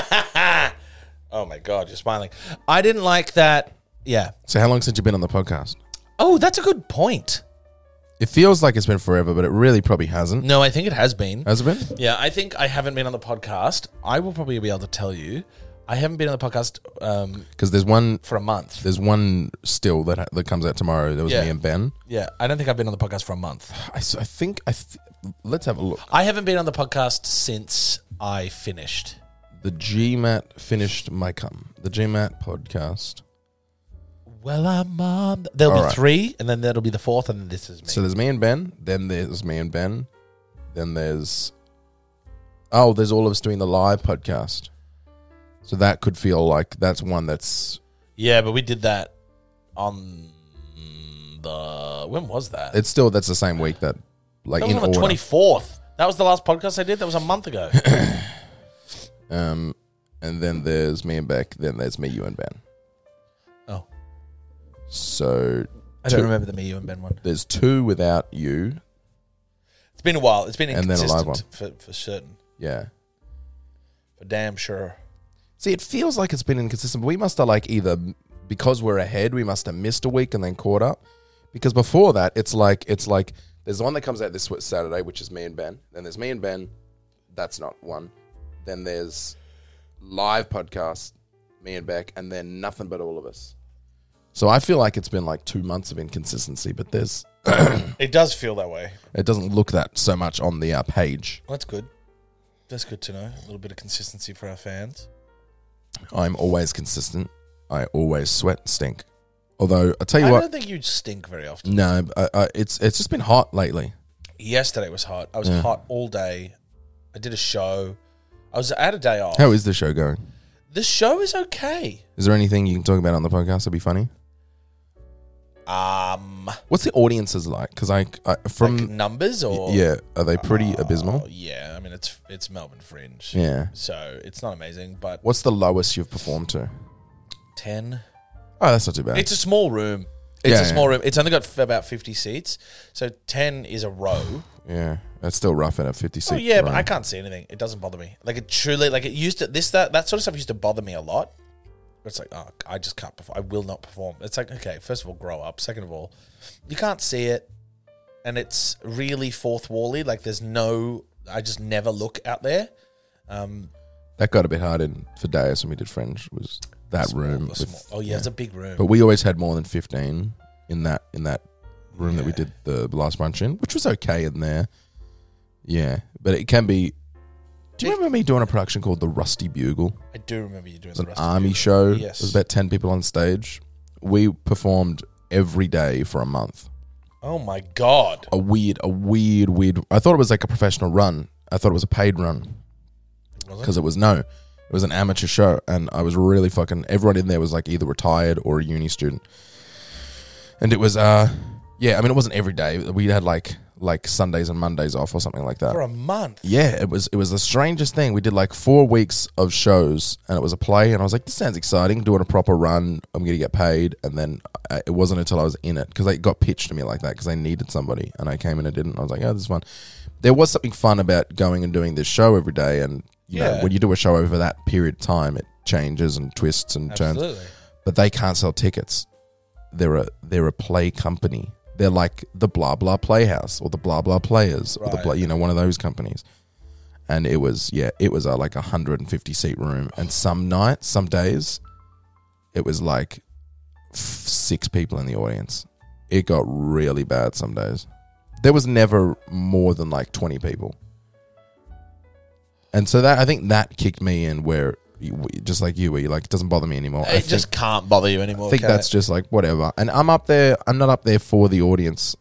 down. oh my God, you're smiling. I didn't like that. Yeah. so how long since you've been on the podcast? Oh, that's a good point. It feels like it's been forever, but it really probably hasn't. No, I think it has been. Has it been? Yeah, I think I haven't been on the podcast. I will probably be able to tell you. I haven't been on the podcast um, Because there's one, for a month. there's one still that ha- that comes out tomorrow. That was Yeah. me and Ben. Yeah, I don't think I've been on the podcast for a month. I, s- I think I. Th- let's have a look. I haven't been on the podcast since I finished. The GMAT finished my cum. The GMAT podcast. Well, I'm on. There'll All be right. three, and then there'll be the fourth, and then this is me. So there's me and Ben. Then there's me and Ben. Then there's oh, there's all of us doing the live podcast. So that could feel like that's one that's yeah, but we did that on the. When was that? it's still that's the same week that like that was in on the order. twenty fourth. That was the last podcast I did. That was a month ago. um, and then there's me and Beck. Then there's me, you, and Ben. oh, So I don't Two. remember the me, you, and Ben one. there's two without you. It's been a while. It's been And then a inconsistent live for for certain, Yeah. for damn sure. See, it feels like it's been inconsistent. But we must have like either because we're ahead, we must have missed a week and then caught up. Because before that, it's like it's like there's one that comes out this Saturday, which is me and Ben. Then there's me and Ben. That's not one. Then there's live podcast, me and Beck, and then nothing but all of us. So I feel like it's been like two months of inconsistency, but there's It does feel that way. it doesn't look that so much on the uh, page. That's good. That's good to know. A little bit of consistency for our fans. I'm always consistent. I always sweat stink. Although I tell you I what, don't think you stink very often. No, I, I, it's it's just been hot lately. Yesterday was hot. I was hot all day. I did a show. I was. I had a day off. How is the show going? the show is okay. Is there anything you can talk about on the podcast that'd be funny? Um, What's the audiences like? Because I, I from like numbers or yeah, are they pretty Oh, abysmal? yeah. I mean, it's it's Melbourne Fringe. Yeah. So it's not amazing, but What's the lowest you've performed to? ten. Oh, that's not too bad. It's a small room. It's Yeah, a yeah. small room. It's only got f- about fifty seats, so ten is a row. yeah, that's still rough at a fifty seat. Oh yeah, but room. I can't see anything. It doesn't bother me. Like it truly, like it used to. This that that sort of stuff used to bother me a lot. It's like, oh, I just can't perform. I will not perform. It's like, okay, first of all, grow up. Second of all, you can't see it, and it's really fourth wally. Like there's no. I just never look out there. Um, That got a bit hard in for Deus when we did Fringe. Was that room? the with- small- oh yeah, it's a big room. But we always had more than fifteen in that in that room that we did the last bunch in, which was okay in there. Yeah, but it can be. Do you remember me doing a production called The Rusty Bugle? I do remember you It doing was the an rest army of show. Yes. There's about 10 people on stage. We performed every day for a month. the Oh my god! A weird, a weird, weird. I thought it was like a professional run. I thought it was a paid run Was it? because it was no, it was an amateur show. And I was really fucking, everyone in there was like either retired or a uni student. And it was, uh, yeah, I mean, it wasn't every day. We had like, like Sundays and Mondays off or something like that. For a month, Yeah, it was it was the strangest thing. We did like four weeks of shows, and it was a play, and I was like, "This sounds exciting. Doing a proper run. I'm gonna get paid." And then I, it wasn't until I was in it because it got pitched to me like that because I needed somebody, and I came in and didn't. and I was like, "Oh, this is fun." There was something fun about going and doing this show every day, and you know, Yeah. when you do a show over that period of time, it changes and twists and turns. absolutely. But they can't sell tickets. They're a they're a play company. They're like the blah blah playhouse or the blah blah players or the Right. blah, you know one of those companies and it was yeah it was a like 150 seat room and some nights some days it was like f- six people in the audience it got really bad some days there was never more than like 20 people and so that i think that kicked me in where you- just like you where you're like it doesn't bother me anymore I It just can't bother you anymore. think, think can it? that's just like whatever and i'm up there i'm not up there for the audience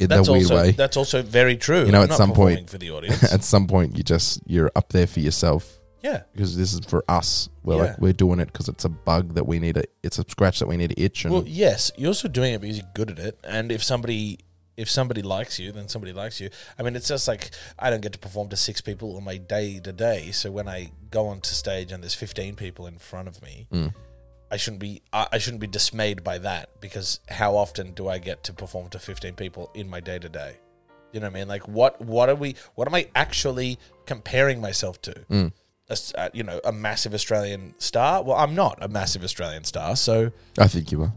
in that That's weird also way that's also very true. You know, I'm at not some performing point- for the audience. at some point you just you're up there for yourself yeah, because this is for us. We're Yeah. like we're doing it because it's a bug that we need to. It's a scratch that we need to itch. And Well, yes, you're also doing it because you're good at it, and if somebody if somebody likes you, then somebody likes you. I mean, it's just like I don't get to perform to six people on my day to day. So when I go onto stage and there's 15 people in front of me, I shouldn't be I, I shouldn't be dismayed by that because how often do I get to perform to 15 people in my day to day? You know what I mean? Like what what are we what am I actually comparing myself to? A s- uh, you know, a massive Australian star? Well, I'm not a massive Australian star, so I think you are.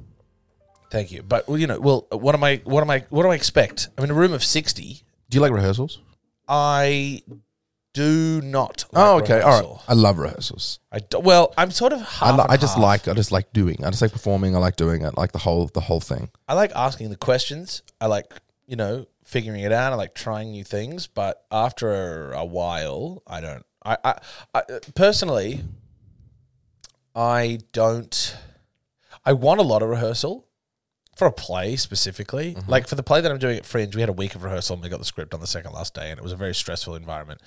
thank you. But well, you know, well, what am I what am I what do I expect? I'm in a room of 60. Do you like rehearsals? I do not. Like oh, okay. All rehearsal. right. I love rehearsals. I do, well, I'm sort of. I, Half li- and I just half. like I just like doing. I just like performing. I like doing it. Like the whole the whole thing. I like asking the questions. I like, you know, figuring it out. I like trying new things, but after a while, I don't. I, I, I personally, I don't. I want a lot of rehearsal for a play specifically. Like for the play that I'm doing at Fringe, we had a week of rehearsal and we got the script on the second last day, and it was a very stressful environment.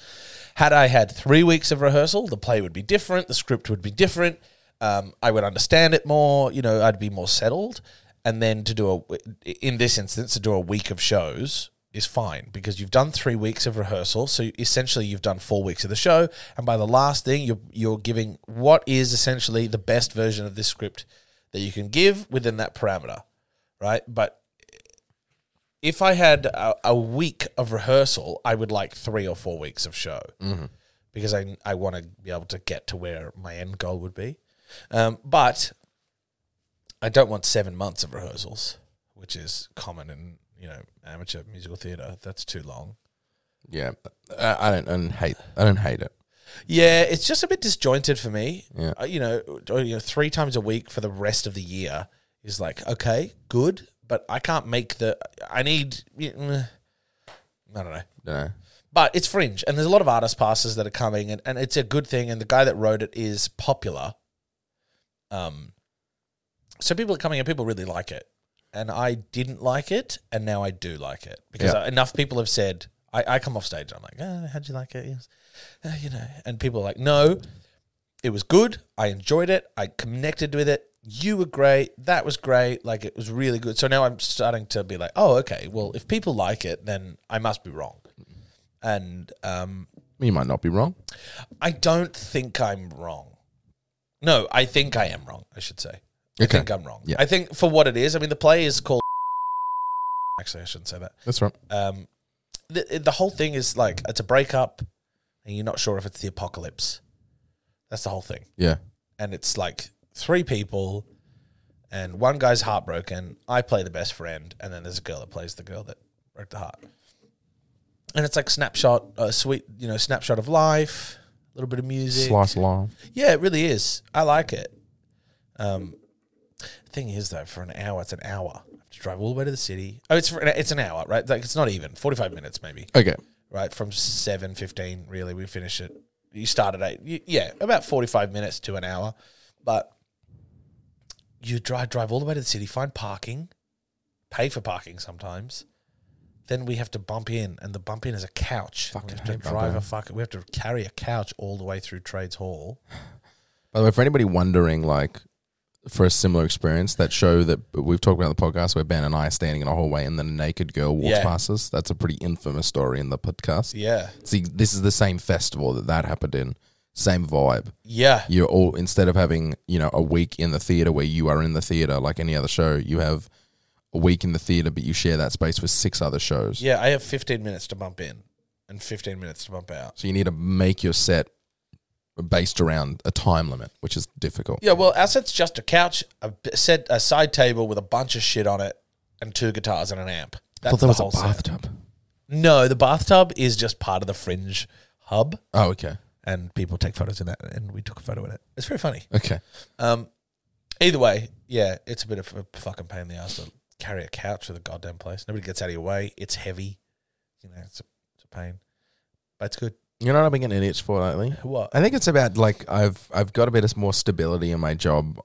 Had I had three weeks of rehearsal, the play would be different, the script would be different. Um, I would understand it more. You know, I'd be more settled. And then to do a, in this instance, to do a week of shows is fine because you've done three weeks of rehearsal. So essentially, you've done four weeks of the show, and by the last thing, you're you're giving what is essentially the best version of this script that you can give within that parameter, right? But if I had a, a week of rehearsal, I would like three or four weeks of show because I I want to be able to get to where my end goal would be. Um, but I don't want seven months of rehearsals, which is common in you know amateur musical theatre. That's too long. Yeah, I, I don't I don't hate I don't hate it. Yeah, it's just a bit disjointed for me. Yeah. Uh, you know, or, you know, three times a week for the rest of the year is like okay, good, but I can't make the. I need. mm, I don't know. No. but it's fringe and there's a lot of artist passes that are coming and, and it's a good thing and the guy that wrote it is popular um so people are coming and people really like it and i didn't like it and now i do like it because Yeah. enough people have said I, I come off stage and i'm like oh, how'd you like it yes. Uh, you know and people are like no it was good i enjoyed it i connected with it you were great that was great like it was really good so now i'm starting to be like oh okay well if people like it then i must be wrong and um, You might not be wrong. I don't think I'm wrong. No, I think I am wrong. I should say. I Okay. think I'm wrong. Yeah. I think for what it is. I mean, the play is called. Actually, I shouldn't say that. That's right. Um, the the whole thing is like it's a breakup, and you're not sure if it's the apocalypse. That's the whole thing Yeah. and it's like three people and one guy's heartbroken i play the best friend and then there's a girl that plays the girl that broke the heart and it's like snapshot a sweet you know snapshot of life a little bit of music Slice lime. yeah it really is i like it um thing is though for an hour it's an hour i have to drive all the way to the city oh it's for, it's an hour right like it's not even 45 minutes maybe Okay. right? From seven fifteen, really, we finish it. You start at eight, Y- yeah, about forty five minutes to an hour, but you drive drive all the way to the city, find parking, pay for parking sometimes. Then we have to bump in, and the bump in is a couch. we Fucking have to hate bump drive a in. fuck. We have to carry a couch all the way through Trades Hall. By the way, for anybody wondering, like, for a similar experience, that show that we've talked about on the podcast where Ben and I are standing in a hallway and then a naked girl walks Yeah. past us. That's a pretty infamous story in the podcast. Yeah, See, this is the same festival that that happened in. Same vibe. yeah, You're all instead of having you know a week in the theater where you are in the theater like any other show, you have a week in the theater, but you share that space with six other shows. yeah. I have fifteen minutes to bump in, and fifteen minutes to bump out. So you need to make your set based around a time limit, which is difficult. Yeah, well, our set's just a couch, a b- set, a side table with a bunch of shit on it, and two guitars and an amp. That's I thought the there was a whole set. bathtub. No, the bathtub is just part of the fringe hub, Oh, okay, and people take photos in that, and we took a photo in it. It's very funny. okay. Um, either way, yeah, it's a bit of a fucking pain in the ass to carry a couch to the goddamn place. Nobody gets out of your way. It's heavy. You know, it's a, it's a pain, but it's good. You know what I've been getting an itch for lately? What? I think it's about like I've I've got a bit of more stability in my job.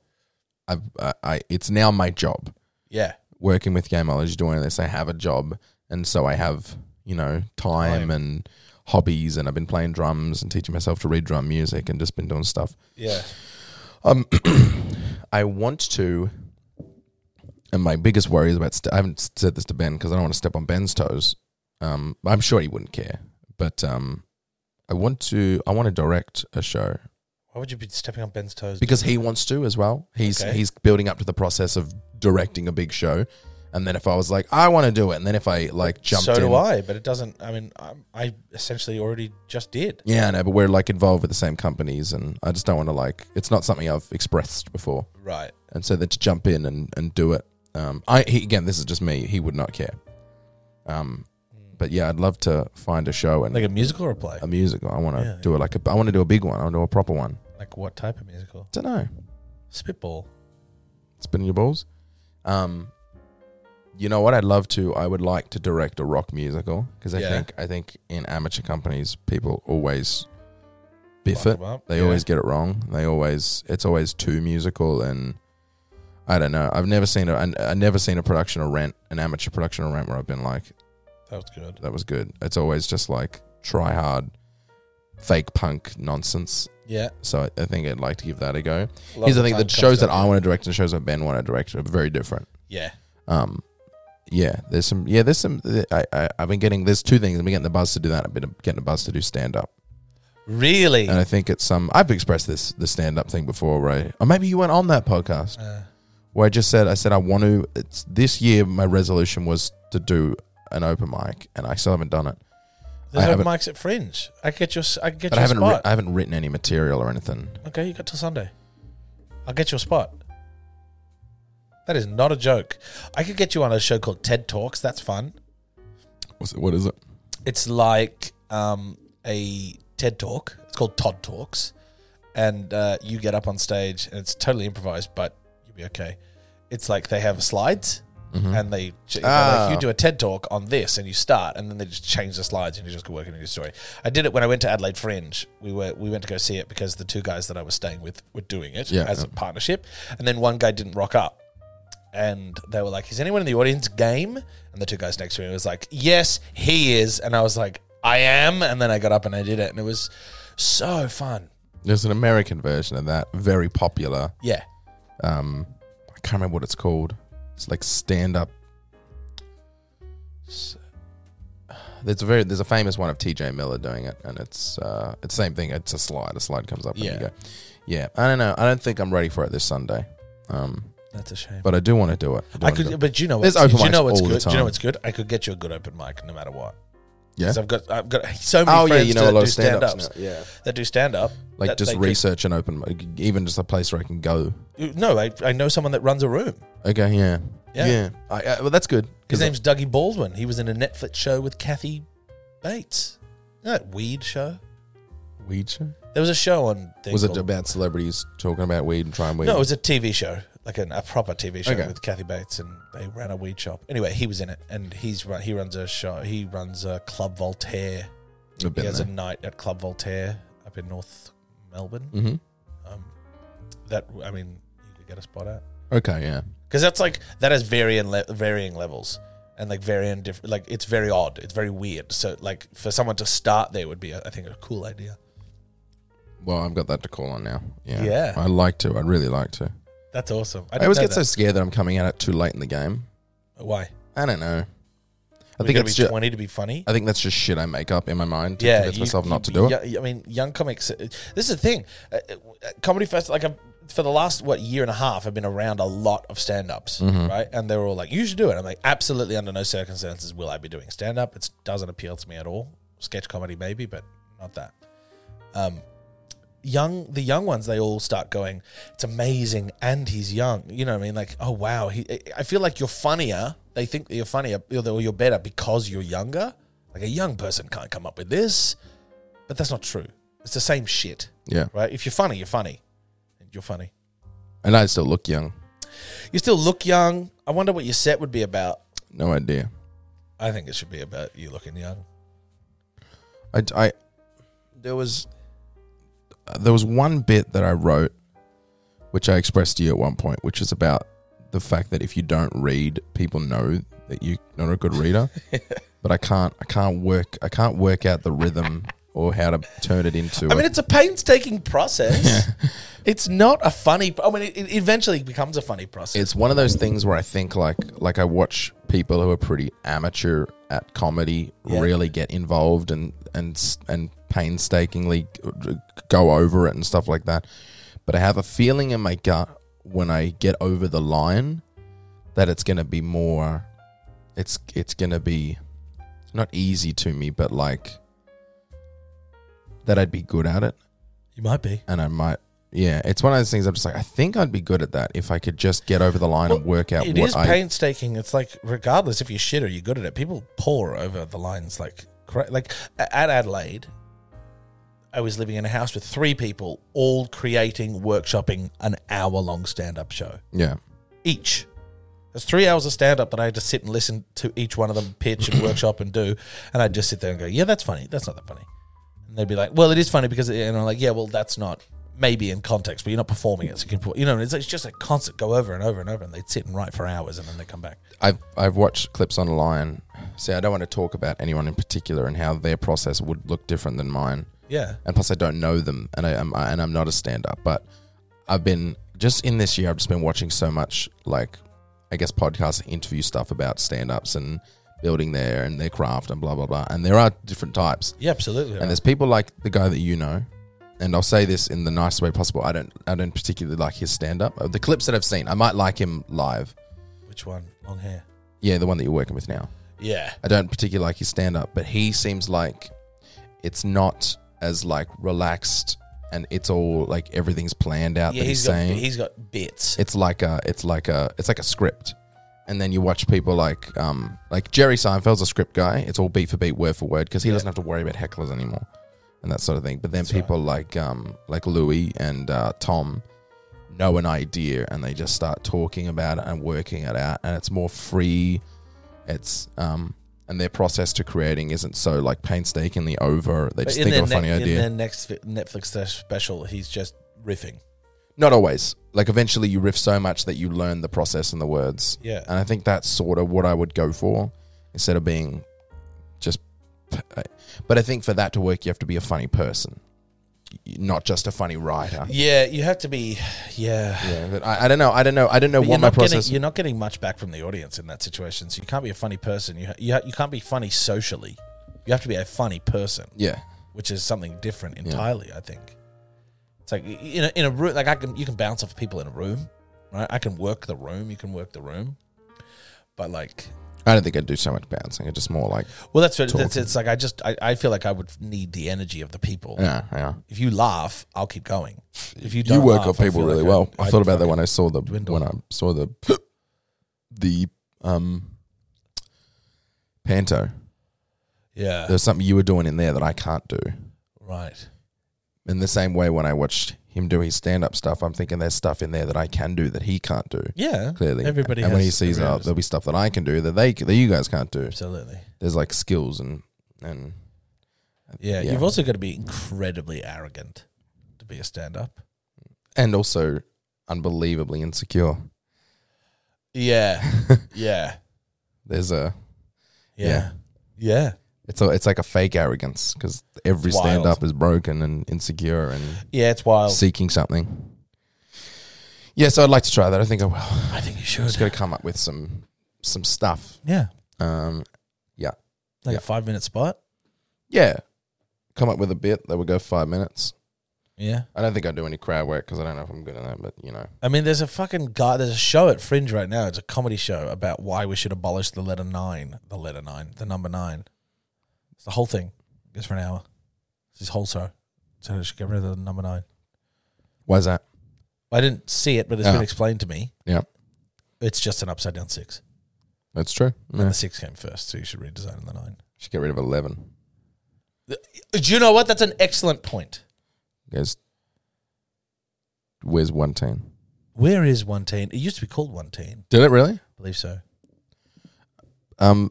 I've I, I it's now my job. Yeah, working with Gameology, doing this, I have a job, and so I have you know time, Time. and hobbies, and I've been playing drums and teaching myself to read drum music, and just been doing stuff. yeah, I want to, and my biggest worry is about. St- I haven't said this to Ben because I don't want to step on Ben's toes. Um, I'm sure he wouldn't care, but um, I want to. I want to direct a show. Why would you be stepping on Ben's toes? because he wants to as well. He's Okay. he's building up to the process of directing a big show, and then if I was like, I want to do it, and then if I like jumped so in, do I, but it doesn't. I mean, I, I essentially already just did. yeah, I know, but we're like involved with the same companies, and I just don't want to like. It's not something I've expressed before, Right. and so then to jump in and and do it, um, I he, again, this is just me. He would not care, um, but yeah, I'd love to find a show and Hmm. Like a musical or a play? a musical. I want to Yeah. do it like a. I want to do a big one. I want to do a proper one. Like what type of musical? don't know. Spitball. spinning your balls. Um, you know what? I'd love to. I would like to direct a rock musical because I Yeah. think I think in amateur companies people always biff Fuck it. 'em up, They yeah. always get it wrong. They always it's always too musical and I don't know. I've never seen a I, I never seen a production of Rent, an amateur production of Rent, where I've been like, That was good. that was good. It's always just like try hard, fake punk nonsense. Yeah. So I, I think I'd like to give that a go. Love Here's the thing: time the shows that concept. I want to direct and the shows that Ben want to direct are very different Yeah. um yeah there's some yeah there's some I, I i've been getting there's two things i've been getting the buzz to do that i've been getting the buzz to do stand up Really? and i think it's some i've expressed this the stand up thing before right or maybe you went on that podcast Uh, where i just said i said i want to it's this year my resolution was to do an open mic and i still haven't done it there's I open haven't- mics at Fringe. I could get your. s- I could get but i your haven't writ spot. i haven't written any material or anything okay, you got till Sunday. I'll get your spot. That is not a joke. I could get you on a show called TED Talks. That's fun. What's it, what is it It's like um, a TED Talk. It's called Todd Talks, and uh, you get up on stage, and it's totally improvised, but you'll be okay. It's like they have slides, and they you, know, like, Ah. you do a TED Talk on this, and you start, and then they just change the slides, and you just go working on your story. I did it when I went to Adelaide Fringe. We were we went to go see it because the two guys that I was staying with were doing it Yeah, as a yeah. partnership, and then one guy didn't rock up and they were like, "Is anyone in the audience game?" And the two guys next to me was like, "Yes, he is," and I was like, "I am," and then I got up and I did it, and it was so fun. there's an american version of that very popular Yeah, um i can't remember what it's called it's like stand up S- there's a very there's a famous one of tj miller doing it and it's uh it's the same thing it's a slide a slide comes up and Yeah. you go yeah i don't know i don't think i'm ready for it this sunday um that's a shame. but i do want to do it do I wanna do could, it. but you know, There's what's- open do you mics know what's all the good? Do you know time. what's good? I could get you a good open mic no matter what. yeah 'Cause I've got I've got so many oh yeah friends you know a that lot do of stand stand-ups ups now. yeah that do stand up. like just research an open mic, even just a place where i can go No, I, I know someone that runs a room. okay yeah Yeah. yeah, I, I, well that's good His 'cause name's Dougie Baldwin. He was in a Netflix show with Kathy Bates. You know that weed show. weed show? There was a show on. thing was it called- about celebrities talking about weed and trying weed No, it was a TV show, like an, a proper TV show Okay. with Kathy Bates, and they ran a weed shop. Anyway, he was in it, and he's run, he runs a show. He runs a Club Voltaire. I've been he has there. a night at Club Voltaire up in North Melbourne. Mhm. Um, that I mean, you could get a spot at Okay, yeah. because that's like that has varying le- varying levels and like varying different. Like it's very odd. It's very weird. So like for someone to start there would be, I think, a cool idea. Well, I've got that to call on now. Yeah. Yeah. I'd like to. I'd really like to. That's awesome. I, didn't always know get so that. scared that I'm coming at it too late in the game. why. I don't know. I I think think it's it's just, twenty to be funny. I think that's just shit I make up in my mind to convince myself not to do it. it. I mean, young comics. uh, This is the thing. Uh, uh, Comedy Fest, like, I'm, for the last what year and a half, I've been around a lot of stand-ups, Mm-hmm. right? And they were all like, "You should do it." I'm like, absolutely, under no circumstances will I be doing stand-up. It doesn't appeal to me at all. Sketch comedy, maybe, but not that. Um, young the young ones they all start going it's amazing and he's young you know what i mean like oh wow he, i feel like you're funnier they think that you're funnier or you're better because you're younger like a young person can't come up with this but that's not true it's the same shit Yeah. right if you're funny you're funny you're funny And I still look young. you still look young i wonder what your set would be about No idea. i think it should be about you looking young I, I there was there was one bit that I wrote which I expressed to you at one point, which is about the fact that if you don't read, people know that you're not a good reader. but I can't I can't work I can't work out the rhythm or how to turn it into i mean a- it's a painstaking process it's not a funny i mean it, it eventually becomes a funny process it's one of those things where I think like like I watch people who are pretty amateur at comedy Yeah. really get involved and and s- and painstakingly go over it and stuff like that. But I have a feeling in my gut when I get over the line that it's going to be more it's it's going to be not easy to me but like that I'd be good at it You might be. and I might yeah, it's one of those things I'm just like I think I'd be good at that if I could just get over the line and work out It what is I painstaking. It's like regardless if you're shit or you're good at it, people pour over the lines like cra- like a- at Adelaide. I was living in a house with three people, all creating, workshopping an hour-long stand-up show yeah. each. That's three hours of stand-up that I had to sit and listen to each one of them pitch and workshop and do, and I'd just sit there and go, "Yeah, that's funny. That's not that funny." And they'd be like, "Well, it is funny because," and I'm like, "Yeah, well, that's not maybe in context, but you're not performing it, so you can put, you know." It's, it's just a concert go over and over and over, and they'd sit and write for hours, and then they come back. I've I've watched clips online. See, I don't want to talk about anyone in particular and how their process would look different than mine. Yeah, And plus, I don't know them, and I am I- and I'm not a stand up. But I've been just in this year. I've just been watching so much like I guess podcast interview stuff about stand ups and building their and their craft and blah blah blah. And there are different types. yeah, absolutely. And there's people like the guy that you know, and I'll say this in the nicest way possible. I don't I don't particularly like his stand up. The clips that I've seen, I might like him live. Which one? Long hair. Yeah, the one that you're working with now. Yeah, I don't particularly like his stand up, but he seems like it's not as like relaxed and it's all like everything's planned out yeah. that he's, He's got saying. he's got bits. it's like a it's like a it's like a script. And then you watch people like um like Jerry Seinfeld's a script guy. It's all beat for beat, word for word, because he doesn't have to worry about hecklers anymore and that sort of thing. But then people like um like Louis and uh, Tom know an idea and they just start talking about it and working it out and it's more free it's um and their process to creating isn't so like painstakingly over they just in think their of a funny ne- idea In their next fi- Netflix special, he's just riffing. not always like eventually you riff so much that you learn the process and the words Yeah. and i think that's sort of what i would go for instead of being just uh, but i think for that to work you have to be a funny person not just a funny writer Yeah, you have to be. Yeah. yeah, but I, I don't know i don't know i don't know But what you're my not process Getting, you're not getting much back from the audience in that situation. So you can't be a funny person. You ha- you, ha- you can't be funny socially. You have to be a funny person, yeah which is something different entirely. I think it's like y- in a, in a room. Like I can you can bounce off people in a room, right? I can work the room. You can work the room, but like. i don't think i'd do so much bouncing it's just more like Well, that's what that's, it's like. I just I, I feel like I would need the energy of the people. yeah yeah If you laugh, I'll keep going. If you you don't work laugh, off I people feel really like well. I, thought about that fucking- when I saw the dwindle. when I saw the the um panto. Yeah. There's something you were doing in there that I can't do. right. In the same way, when I watched him do his stand up stuff, I'm thinking there's stuff in there that I can do that he can't do. Yeah. Clearly, Everybody. And has when he sees their that, own- there'll be stuff that I can do that they that you guys can't do. Absolutely. There's like skills and and Yeah, Yeah. you've also got to be incredibly arrogant to be a stand-up. and also unbelievably insecure. Yeah, yeah, There's a yeah, Yeah. yeah. it's a, it's like a fake arrogance because every It's wild. Oh. stand up is broken and insecure and Yeah, it's wild. seeking something. Yeah, so I'd like to try that. I think I will. I I think you just should. got to come up with some some stuff. Yeah, Um, yeah, like Yeah. a five-minute spot. yeah. Come up with a bit that would go five minutes. Yeah, I don't think I do any crowd work because I don't know if I'm good at that. But you know, I mean, there's a fucking guy. There's a show at Fringe right now. It's a comedy show about why we should abolish the letter nine, the letter nine, the number nine. It's the whole thing. It's for an hour. It's his whole show. So I should get rid of the number nine. why's that? I didn't see it, but it's Yeah. been explained to me. Yeah, It's just an upside down six. that's true. And Yeah. the six came first, so you should redesign the nine. Should get rid of eleven. Do you know what? That's an excellent point. Guys, where's one ten? Where is one teen? It used to be called one teen, Did it really? I believe so. Um,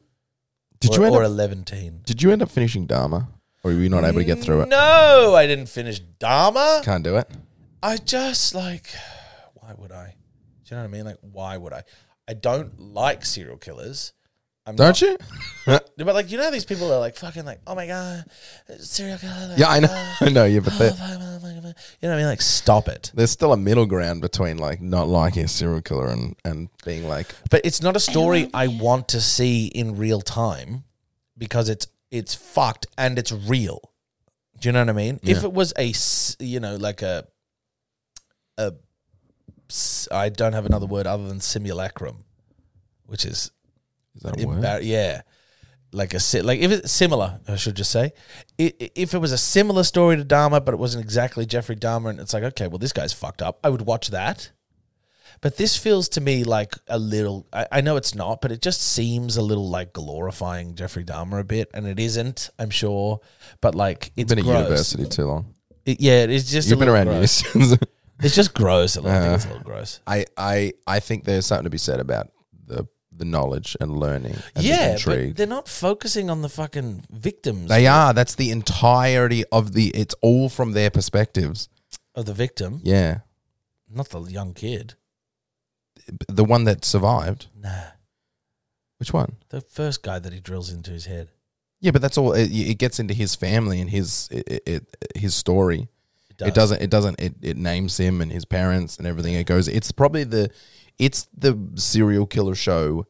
did or, you end or up, eleven teen? did you end up finishing Dharma, or were you not able to get through it? No, I didn't finish Dharma. Can't do it. I just like, why would I? Do you know what I mean? Like, why would I? I don't like serial killers. I'm Don't not- you? But like, you know, these people are like fucking like, oh my god, serial killer. yeah, I know. oh, I know. Yeah, but oh, that. fuck, fuck, fuck, fuck. you know what I mean? Like, stop it. there's still a middle ground between like not liking a serial killer and and being like but it's not a story I want to see in real time because it's it's fucked and it's real. Do you know what I mean? If Yeah. it was a, s- you know, like a, a, s- I don't have another word other than simulacrum, which is Is that a word? embar- yeah, like a si- like if it's similar, I should just say, I- i- if it was a similar story to Dahmer, but it wasn't exactly Jeffrey Dahmer, and it's like, okay, well, this guy's fucked up. I would watch that, but this feels to me like a little. I, I know it's not, but it just seems a little like glorifying Jeffrey Dahmer a bit, and it isn't. I'm sure, but like it's Been at gross. university too long. It- yeah, it's just You've a been little around Uh, gross. years. since- It's just gross. A little, I think it's a little gross. I, I, I think there's something to be said about the the knowledge and learning. And the Yeah, but intrigue. they're not focusing on the fucking victims they are. That's the entirety of the. It's all from their perspectives. of the victim, Yeah, not the young kid. the one that survived. Nah. Which one? The first guy that he drills into his head. Yeah, but that's all. It, it gets into his family and his it, it, his story. It doesn't. It doesn't. It, it names him and his parents and everything. It goes. It's probably the. It's the serial killer show.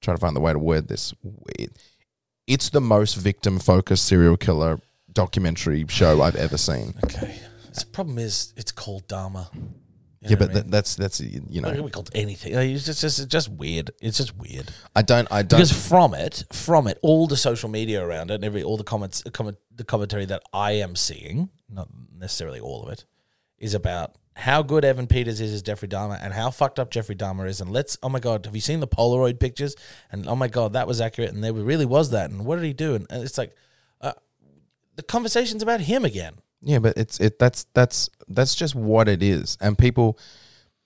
Trying to find the way to word this. It, it's the most victim focused serial killer documentary show I've ever seen. Okay. The problem is, it's called Dharma. yeah, but that, that's that's you It can know be called anything. Like, It's just, just, it's just weird. It's just weird. I don't I don't Because from it, from it, all the social media around it, and every all the comments, comment, the commentary that I am seeing, not necessarily all of it, is about how good Evan Peters is as Jeffrey Dahmer and how fucked up Jeffrey Dahmer is. And let's, oh my god, have you seen the Polaroid pictures? And oh my god, that was accurate, and there really was that. And what did he do? And, and it's like, uh, the conversation's about him again. yeah, but it's it that's that's that's just what it is, and people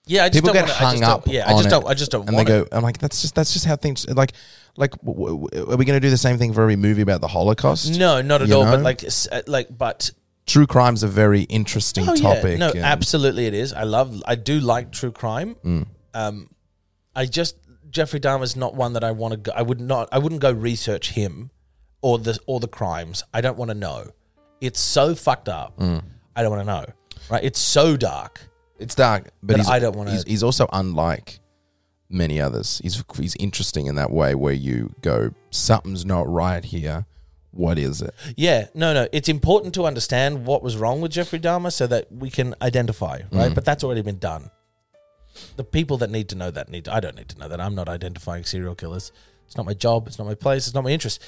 Yeah, I just people don't get wanna- I hung just up. Don't, yeah, I on just it, don't. I just don't. And want they it. go, I'm like, that's just that's just how things like like w- w- are we going to do the same thing for every movie about the Holocaust? No, not at you all. But know? like, s- uh, like, but True crime's a very interesting topic. Oh, no, and- absolutely, it is. I love. I do like true crime. Mm. Um, I just Jeffrey Dahmer's not one that I want to go. I would not. I wouldn't go research him or the or the crimes. I don't want to know. It's so fucked up. Mm. I don't want to know. Right? It's so dark. It's dark, but, But he's, I don't wanna- He's, he's also unlike many others. He's he's interesting in that way where you go, something's not right here. What is it? Yeah, no, no. It's important to understand what was wrong with Jeffrey Dahmer so that we can identify, right? Mm. But that's already been done. The people that need to know that need. I don't need to know that. I'm not identifying serial killers. It's not my job. It's not my place. It's not my interest.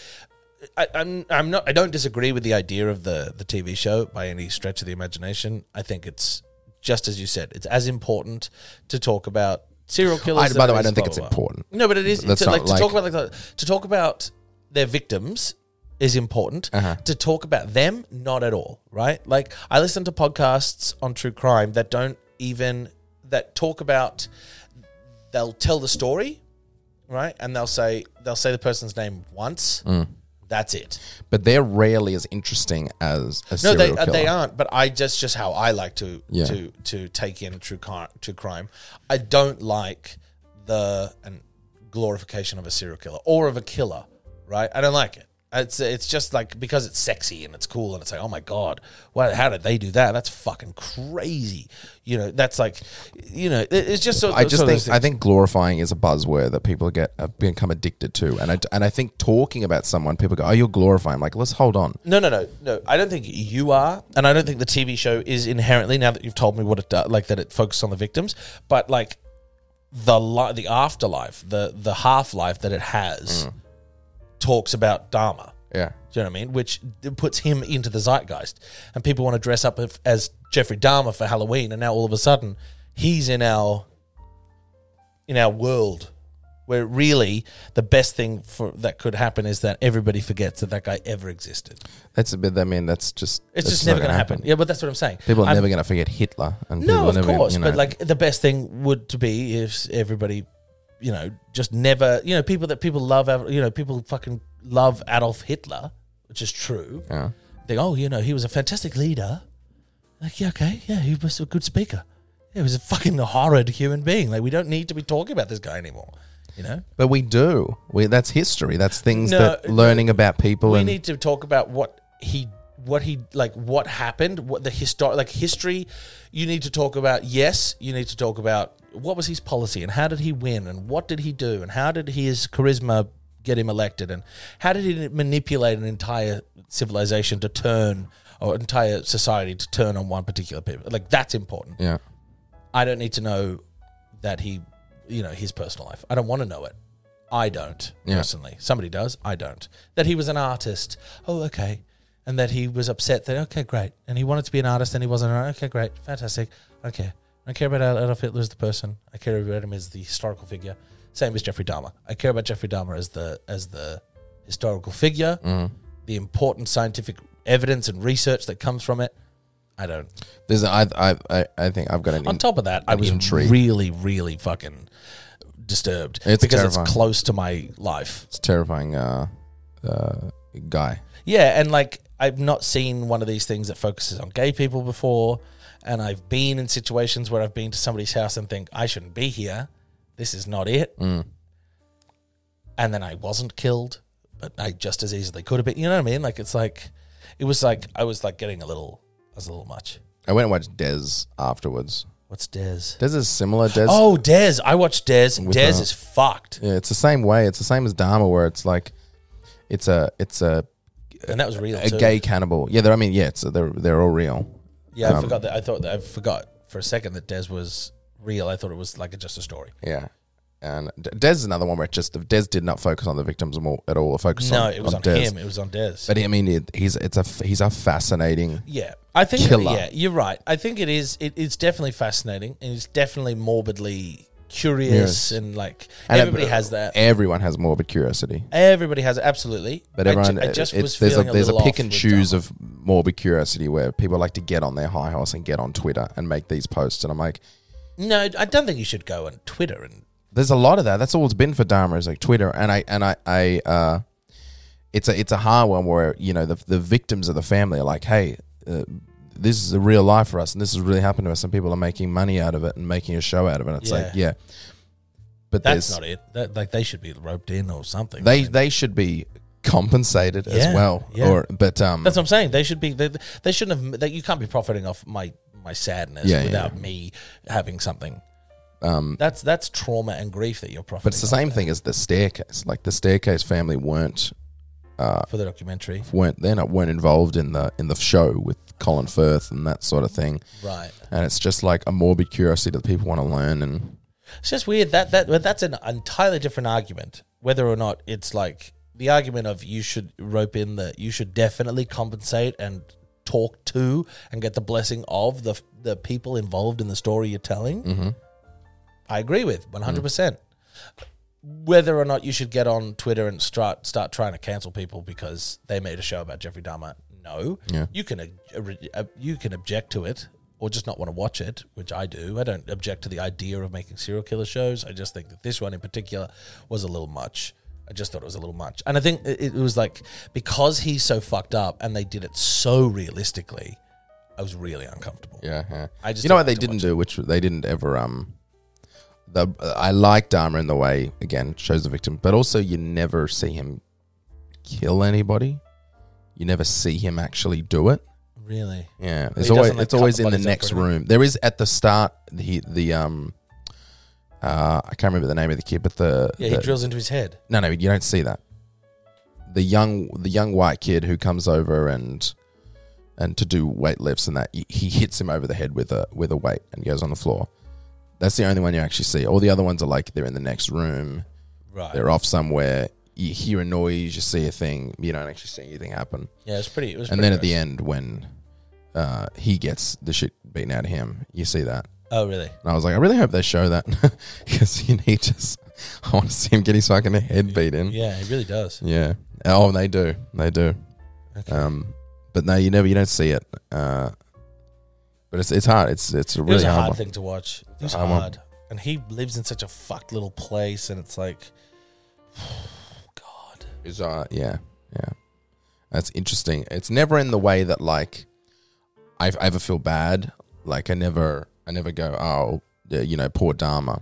I, I'm, I'm not. I don't disagree with the idea of the the TV show by any stretch of the imagination. I think it's just as you said. It's as important to talk about serial killers. I, by the way, I as don't think blah, it's blah, blah. important. No, but it is That's to, like, not to like- talk about like that- to talk about their victims is important. Uh-huh. To talk about them, not at all. Right? Like I listen to podcasts on true crime that don't even that talk about. They'll tell the story, right? And they'll say they'll say the person's name once. Mm. That's it. But they're rarely as interesting as a No, serial they uh, killer. they aren't. But I just just how I like to Yeah. to to take in true crime. True crime. I don't like the and glorification of a serial killer or of a killer. Right? I don't like it. It's it's just like because it's sexy and it's cool and it's like oh my god, well how did they do that? That's fucking crazy. You know that's like you know it- it's just so. I just sort of those think I things. think glorifying is a buzzword that people get uh, become addicted to, and I and I think talking about someone, people go, "Oh, you're glorifying." Like, let's hold on. No, no, no, no. I don't think you are, and I don't think the TV show is inherently. Now that you've told me what it does, like that it focuses on the victims, but like the li- the afterlife, the the half life that it has, talks about Dharma. Yeah, Do you know what I mean? Which d- puts him into the zeitgeist, and people want to dress up if- as Jeffrey Dahmer for Halloween, and now all of a sudden he's in our in our world, where really the best thing for that could happen is that everybody forgets that that guy ever existed. that's a bit. I mean, that's just It's that's just not never going to happen. Yeah, but that's what I'm saying. People are I'm- never going to forget Hitler, and No, people are of never gonna- course. you know. But like the best thing would to be if everybody, you know, just never, you know, people that people love, Ad- you know, people fucking love Adolf Hitler, which is true. Yeah. They oh, you know, he was a fantastic leader. Like yeah, okay, yeah, he was a good speaker. He was a fucking horrid human being. Like we don't need to be talking about this guy anymore. You know, but we do. We that's history. That's things No, that learning about people we and need to talk about what he what he like what happened what the histor like history you need to talk about yes you need to talk about what was his policy and how did he win and what did he do and how did his charisma get him elected, and how did he manipulate an entire civilization to turn or entire society to turn on one particular people? Like that's important. Yeah. I don't need to know that he, you know, his personal life. I don't want to know it. I don't Yeah. personally. Somebody does. I don't. That he was an artist. Oh, okay. And that he was upset that okay, great. And he wanted to be an artist, and he wasn't. An, okay, great, fantastic. Okay, I don't care about Adolf Hitler as the person. I care about him as the historical figure. Same as Jeffrey Dahmer. I care about Jeffrey Dahmer as the as the historical figure, the important scientific evidence and research that comes from it. I don't. There's a, I, I, I, I think I've got an. On top of that, I was was intrigued. really, really fucking disturbed It's because terrifying. it's close to my life. it's terrifying uh, uh, guy. Yeah, and like I've not seen one of these things that focuses on gay people before, and I've been in situations where I've been to somebody's house and think I shouldn't be here. This is not it. Mm. And then I wasn't killed, but I just as easily could have been. You know what I mean? Like it's like it was like I was like getting a little, I was a little much. I went and watched Dez afterwards. What's Dez? Dez is similar. Dez. Oh, Dez! I watched Dez. Dez Without- is fucked, Yeah, it's the same way. It's the same as Dharma, where it's like, it's a, it's a, and that was real. a too. gay cannibal. Yeah, they're, I mean, yeah, it's they're they're all real. Yeah, I forgot that. I thought that I forgot for a second that Des was real. I thought it was like just a story. Yeah. And D- Dez is another one where it just the Dez did not focus on the victims at all. At all. It focused no, on it was on, Dez. him. It was on Des. But I mean, it, he's it's a f- he's a fascinating. yeah, I think. Killer. Yeah, you're right. I think it is. It, it's definitely fascinating, and it's definitely morbidly curious, Yes. and like and everybody it- has that. Everyone has morbid curiosity, Everybody has it, absolutely. but I ju- everyone I just it's- was there's a feeling there's a, little pick off and with choose Dharma. of morbid curiosity where people like to get on their high horse and get on Twitter and make these posts, and I'm like, No, I don't think you should go on Twitter and there's a lot of that. That's all it's been for Dharma is like Twitter, and I and I I uh, it's a it's a hard one where you know the the victims of the family are like, hey, uh, this is a real life for us, and this has really happened to us, and people are making money out of it and making a show out of it. It's like, yeah, but that's there's not it. That, like they should be roped in or something. they they should be compensated Yeah, as well, yeah. or but um, That's what I'm saying. They should be. They, they shouldn't have. That you can't be profiting off my my sadness Yeah, yeah, without yeah. Um, me having something. that's that's trauma and grief that you're profiting. but it's the off same thing as the staircase. Like the staircase family weren't for the documentary, weren't they're not weren't involved in the in the show with Colin Firth and that sort of thing. right? and it's just like a morbid curiosity that people want to learn and It's just weird that that but that's an entirely different argument. Whether or not it's like the argument of you should rope in the you should definitely compensate and talk to and get the blessing of the the people involved in the story you're telling. I agree with 100%. Mm. Whether or not you should get on Twitter and start start trying to cancel people because they made a show about Jeffrey Dahmer, no. Yeah. You can ob- ob- you can object to it or just not want to watch it, which I do. I don't object to the idea of making serial killer shows. I just think that this one in particular was a little much. I just thought it was a little much. And I think it, it was like because he's so fucked up and they did it so realistically, I was really uncomfortable. yeah, yeah. I just you know don't what they like to didn't watch do which they didn't ever um the I like Dharma in the way again shows the victim but also you never see him kill anybody you never see him actually do it Really? yeah he it's doesn't, always like, it's cut always the in the bodies up or next anything. room there is at the start the the um uh I can't remember the name of the kid but the Yeah, he the- drills into his head. No, no, you don't see that. The young, the young white kid who comes over and and to do weight lifts and that he- he hits him over the head with a with a weight and goes on the floor. That's the only one you actually see. All the other ones are like they're in the next room, Right. they're off somewhere. You hear a noise, you see a thing, you don't actually see anything happen. Yeah, it's pretty. It was And then at the end, when uh, he gets the shit beaten out of him, you see that. Oh, really? And I was like, I really hope they show that because you need just. I want to see him get his fucking head beat in. Yeah, it really does. Mm-hmm. Yeah. Oh, they do. They do. Um, but no, you never. You don't see it. Uh, but it's it's hard. It's it's a it really was a hard, hard, one. thing to watch. It was I'm on- hard. And he lives in such a fucked little place, and it's like, God. It's uh, yeah, yeah. That's interesting. It's never in the way that like I I ever feel bad. Like I never I never go oh yeah, you know poor Dharma,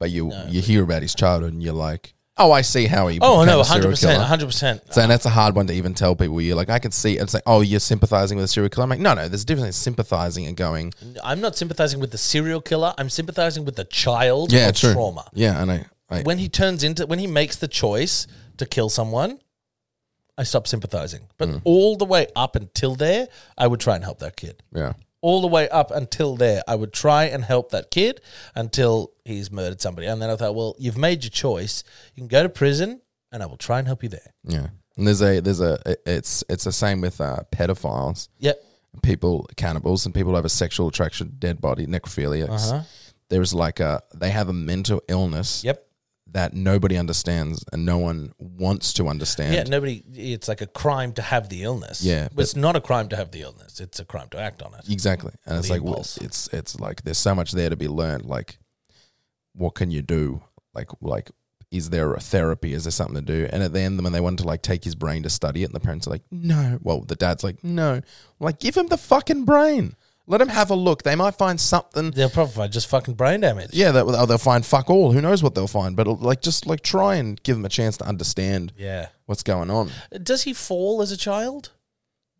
but you you hear about his childhood and you're like oh I see how he Oh became no, a serial hundred percent, killer." hundred percent. So, and that's a hard one to even tell people. You're like, I can see. It's like, oh, you're sympathizing with a serial killer. I'm like, no, no. There's a difference in sympathizing and going, I'm not sympathizing with the serial killer. I'm sympathizing with the child yeah, of true, trauma. yeah. And I, I When he turns into, when he makes the choice to kill someone, I stop sympathizing. But Mm. all the way up until there, I would try and help that kid. Yeah. All the way up until there, I would try and help that kid until he's murdered somebody. And then I thought, well, you've made your choice. You can go to prison, and I will try and help you there. Yeah. And there's a there's a it- it's it's the same with uh, pedophiles, Yep. people cannibals, and people who have a sexual attraction, to dead body, necrophiliacs. Uh-huh. There is like a they have a mental illness Yep. that nobody understands and no one wants to understand. Yeah, nobody. It's like a crime to have the illness. Yeah, but it's not a crime to have the illness. It's a crime to act on it. Exactly. And it's The like w- impulse. it's it's like there's so much there to be learned. Like, what can you do? Like like is there a therapy? Is there something to do? And at the end, when they want to like take his brain to study it, and the parents are like, no. Well, the dad's like, no. I'm like, give him the fucking brain. Let him have a look. They might find something. They'll probably find just fucking brain damage. Yeah, that, oh, they'll find fuck all. Who knows what they'll find? But like, just like try and give them a chance to understand Yeah. what's going on. Does he fall as a child?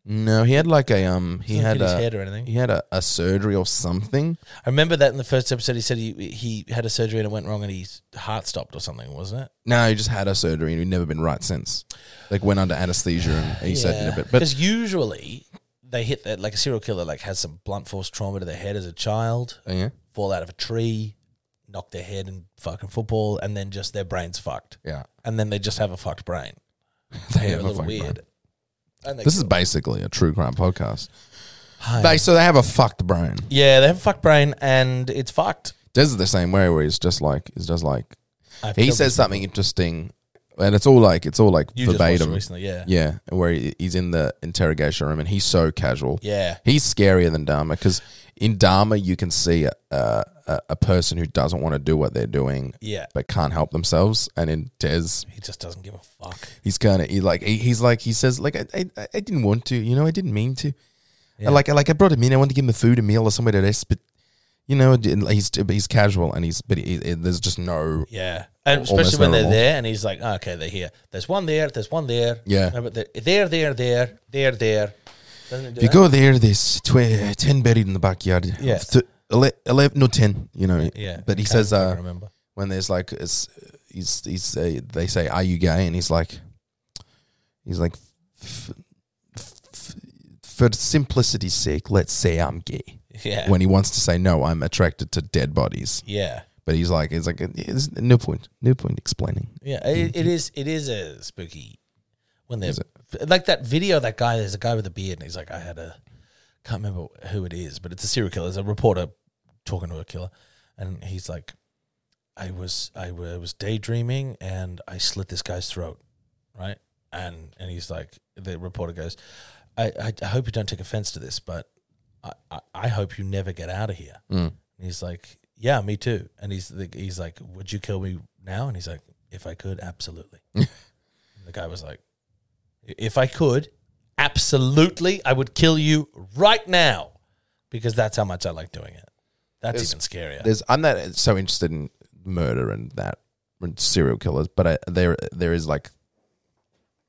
No, he had like a um, he Doesn't had hit his a head or anything. he had a, a surgery or something. I remember that in the first episode. He said he he had a surgery and it went wrong and his heart stopped or something, wasn't it? No, he just had a surgery and he'd never been right since. Like went under anesthesia and he said it a bit. But because usually they hit that like a serial killer like has some blunt force trauma to their head as a child, Oh, yeah, fall out of a tree, knock their head in fucking football, and then just their brain's fucked, yeah, and then they just have a fucked brain. they They're have a fucking brain. And they This is basically a true crime podcast. Hi. They so they have a fucked brain. yeah, they have a fucked brain and it's fucked. Des is the same way where he's just like he's just like I've he killed says this- something interesting, and it's all like it's all like you just watched it verbatim. recently, yeah. yeah. Yeah, where he- he's in the interrogation room and he's so casual. He's scarier than Dharma because in Dharma you can see a, a, a- a person who doesn't want to do what they're doing Yeah. but can't help themselves, and in Des He just doesn't give a fuck. he's kind of he like he, he's like he says like I, I I didn't want to you know I didn't mean to I like I like I brought him in I wanted to give him the food a meal or somewhere to rest but you know it didn't- he's he's casual and he's but he, he- there's just no Yeah, and Almost especially when no they're remorse. there, and he's like, "Oh, "Okay, they're here. There's one there. There's one there. Yeah. no, but they're there, there, there, there, there." Doesn't it do if you that? go there there's tw- ten buried in the backyard Yeah. Th- ele- eleven no ten you know yeah, but he can't says fucking uh remember. when there's like it's he's he's uh, they say are you gay and he's like he's like f- f- f- for simplicity's sake let's say I'm gay. Yeah, when he wants to say no, I'm attracted to dead bodies. yeah, But he's like, he's like, there's no point, no point explaining. yeah. It, it is. It is a spooky when there's like that video. That guy. There's a guy with a beard, and he's like, "I had a can't remember who it is, but it's a serial killer. It's a reporter talking to a killer, and he's like, "I was I wa- was daydreaming, and I slit this guy's throat, right?" And and he's like, the reporter goes, "I I, I hope you don't take offense to this, but I, I I hope you never get out of here." Mm. And he's like, "Yeah, me too." And he's the, he's like, "Would you kill me now?" And he's like, "If I could, absolutely." the guy was like, "If I could, absolutely, I would kill you right now." Because that's how much I like doing it. That's There's- even scarier. There's, I'm not so interested in murder and that and serial killers, but I, there, there is like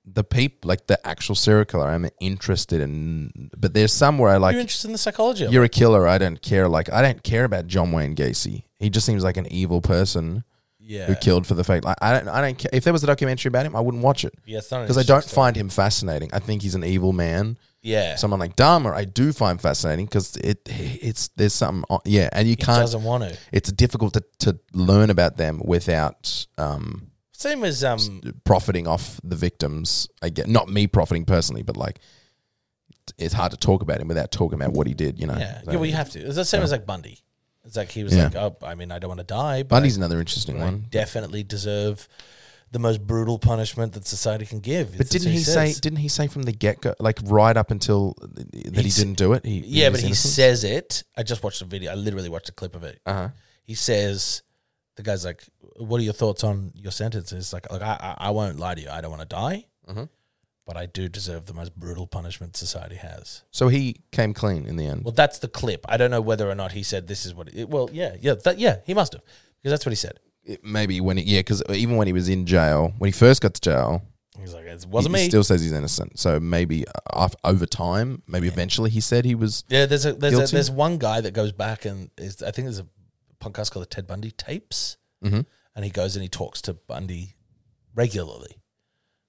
the peep, like the actual serial killer. I'm interested in, but there's some where I like. you're interested in the psychology of it. You're a killer. I don't care. Like I don't care about John Wayne Gacy. He just seems like an evil person Yeah. who killed for the fact. Like I don't. I don't care. If there was a documentary about him, I wouldn't watch it Yeah, it's uh, not an because I interesting don't story. find him fascinating. I think he's an evil man. Yeah. someone like Dharma, I do find fascinating because it it's there's something on- yeah, and you he can't. doesn't want to. It's difficult to, to learn about them without um, Same as um profiting off the victims. I get not me profiting personally, but like it's hard to talk about him without talking about what he did. You know, yeah. So- yeah, well you have to. It's the same as like Bundy. It's like he was Yeah. like, Oh, I mean, I don't want to die, but Bundy's another interesting I one. definitely deserve the most brutal punishment that society can give. But didn't he say? Didn't he say from the get go, like right up until that he, s- didn't do it? He, Yeah, but was he innocent? says it. I just watched a video. I literally watched a clip of it. Uh-huh. He says the guy's like, What are your thoughts on your sentence? And It's like, like I, I I won't lie to you, I don't want to die. Mhm. But I do deserve the most brutal punishment society has. So he came clean in the end. Well, that's the clip. I don't know whether or not he said this is what. It, well, yeah, yeah, that, yeah, he must have because that's what he said. It- maybe when he, yeah, because even when he was in jail, when he first got to jail, He's like, it wasn't he, me. he still says he's innocent. So maybe uh, af- over time, maybe eventually he said he was. yeah, there's a there's, a Guilty? there's one guy that goes back and is I think there's a podcast called the Ted Bundy tapes, Mhm. and he goes and he talks to Bundy regularly,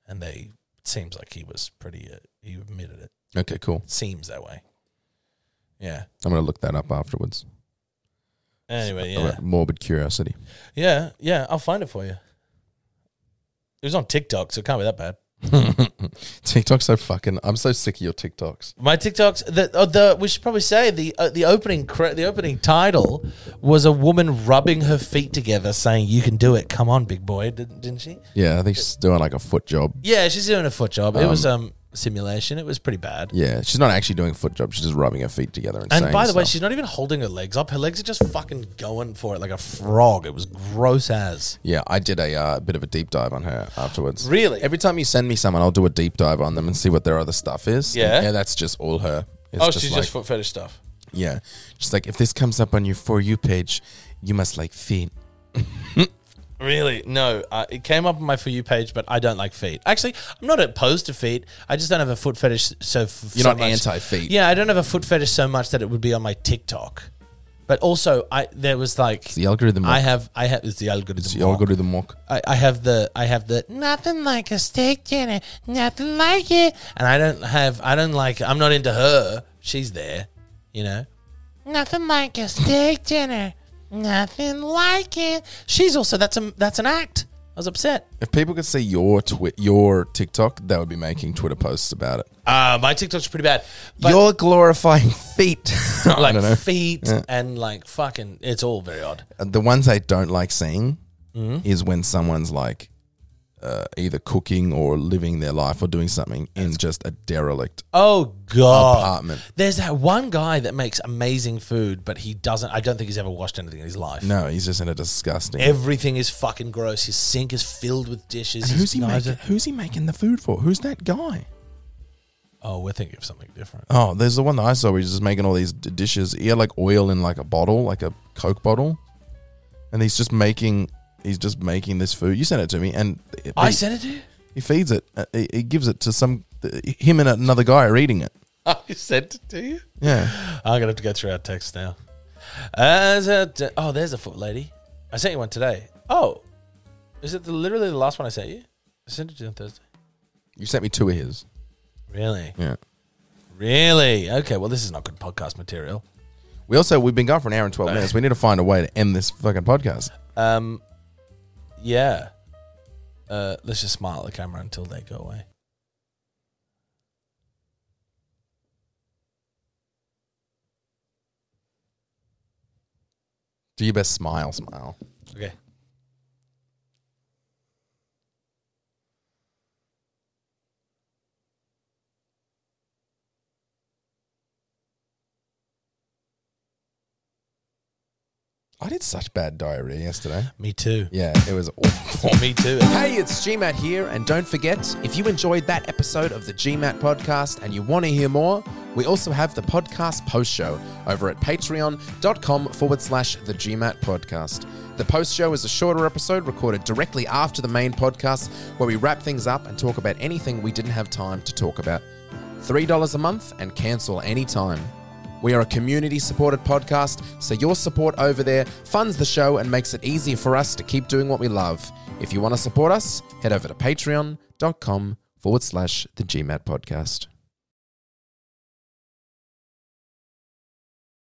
and they it seems like he was pretty. Uh, he admitted it. Okay, cool. Seems that way. Yeah. I'm gonna look that up afterwards. Anyway, I've yeah, got Morbid curiosity. yeah, yeah. I'll find it for you. It was on TikTok, so it can't be that bad. TikTok's so fucking. I'm so sick of your TikToks. My TikToks. The, uh, the we should probably say the uh, the opening cre- the opening title was a woman rubbing her feet together, saying, "You can do it. Come on, big boy." Didn't, didn't she? Yeah, I think she's doing like a foot job. Yeah, she's doing a foot job. it was um simulation. It was pretty bad. Yeah, she's not actually doing a foot job. She's just rubbing her feet together and, And saying by the way, stuff. she's not even holding her legs up. Her legs are just fucking going for it like a frog. It was gross as. yeah, I did a uh, bit of a deep dive on her afterwards. Really? Every time you send me someone, I'll do a deep dive on them and see what their other stuff is. Yeah. yeah, that's just all her. It's oh, she's like- just foot fetish stuff. yeah. She's like, if this comes up on your for you page, you must like feet. Really? No, uh, it came up on my for you page, but I don't like feet. Actually, I'm not opposed to feet. I just don't have a foot fetish. So f- You're so not much- anti-feet. Yeah, I don't have a foot fetish so much that it would be on my TikTok. But also, I there was like The algorithm. I have I have it's the algorithm. the algorithm mock. I, I have the I have the nothing like a steak dinner, nothing like it. And I don't have I don't like I'm not into her. She's there, you know. Nothing like a steak dinner, nothing like it. She's also that's a that's an act. I was upset. If people could see your twi- your TikTok, they would be making Twitter posts about it. Uh, my TikTok's pretty bad. But You're glorifying feet. I don't know. like feet and like fucking, it's all very odd. The ones I don't like seeing is when someone's like uh, either cooking or living their life or doing something in just a derelict Oh god. apartment. There's that one guy that makes amazing food, but he doesn't. I don't think he's ever washed anything in his life. No, he's just in a disgusting. Everything is fucking gross. His sink is filled with dishes. His who's he knives making? are- Who's he making the food for? Who's that guy? Oh, we're thinking of something different. Oh, there's the one that I saw where he's just making all these d- dishes. He had like oil in like a bottle, like a Coke bottle, and he's just making he's just making this food. You sent it to me, and it- I he, sent it to you. he feeds it. Uh, He, he gives it to some uh, him and another guy are eating it. I sent it to you. Yeah, I'm gonna have to go through our text now. As a d- oh, there's a foot lady. I sent you one today. Oh, is it the, literally the last one I sent you? I sent it to you on Thursday. you sent me two of his. Really, Yeah. really? Okay. Well, this is not good podcast material. We also we've been gone for an hour and twelve minutes. We need to find a way to end this fucking podcast. Um, yeah. Uh, let's just smile at the camera until they go away. Do your best smile, smile. Okay. I did such bad diarrhea yesterday. Me too. Yeah, it was awful. Me too. Hey, it's GMAT here, and don't forget if you enjoyed that episode of the GMAT podcast and you want to hear more, we also have the podcast post show over at patreon.com forward slash the GMAT podcast. The post show is a shorter episode recorded directly after the main podcast where we wrap things up and talk about anything we didn't have time to talk about. $3 a month and cancel anytime. We are a community supported podcast, so your support over there funds the show and makes it easier for us to keep doing what we love. If you want to support us, head over to patreon.com forward slash the GMAT podcast.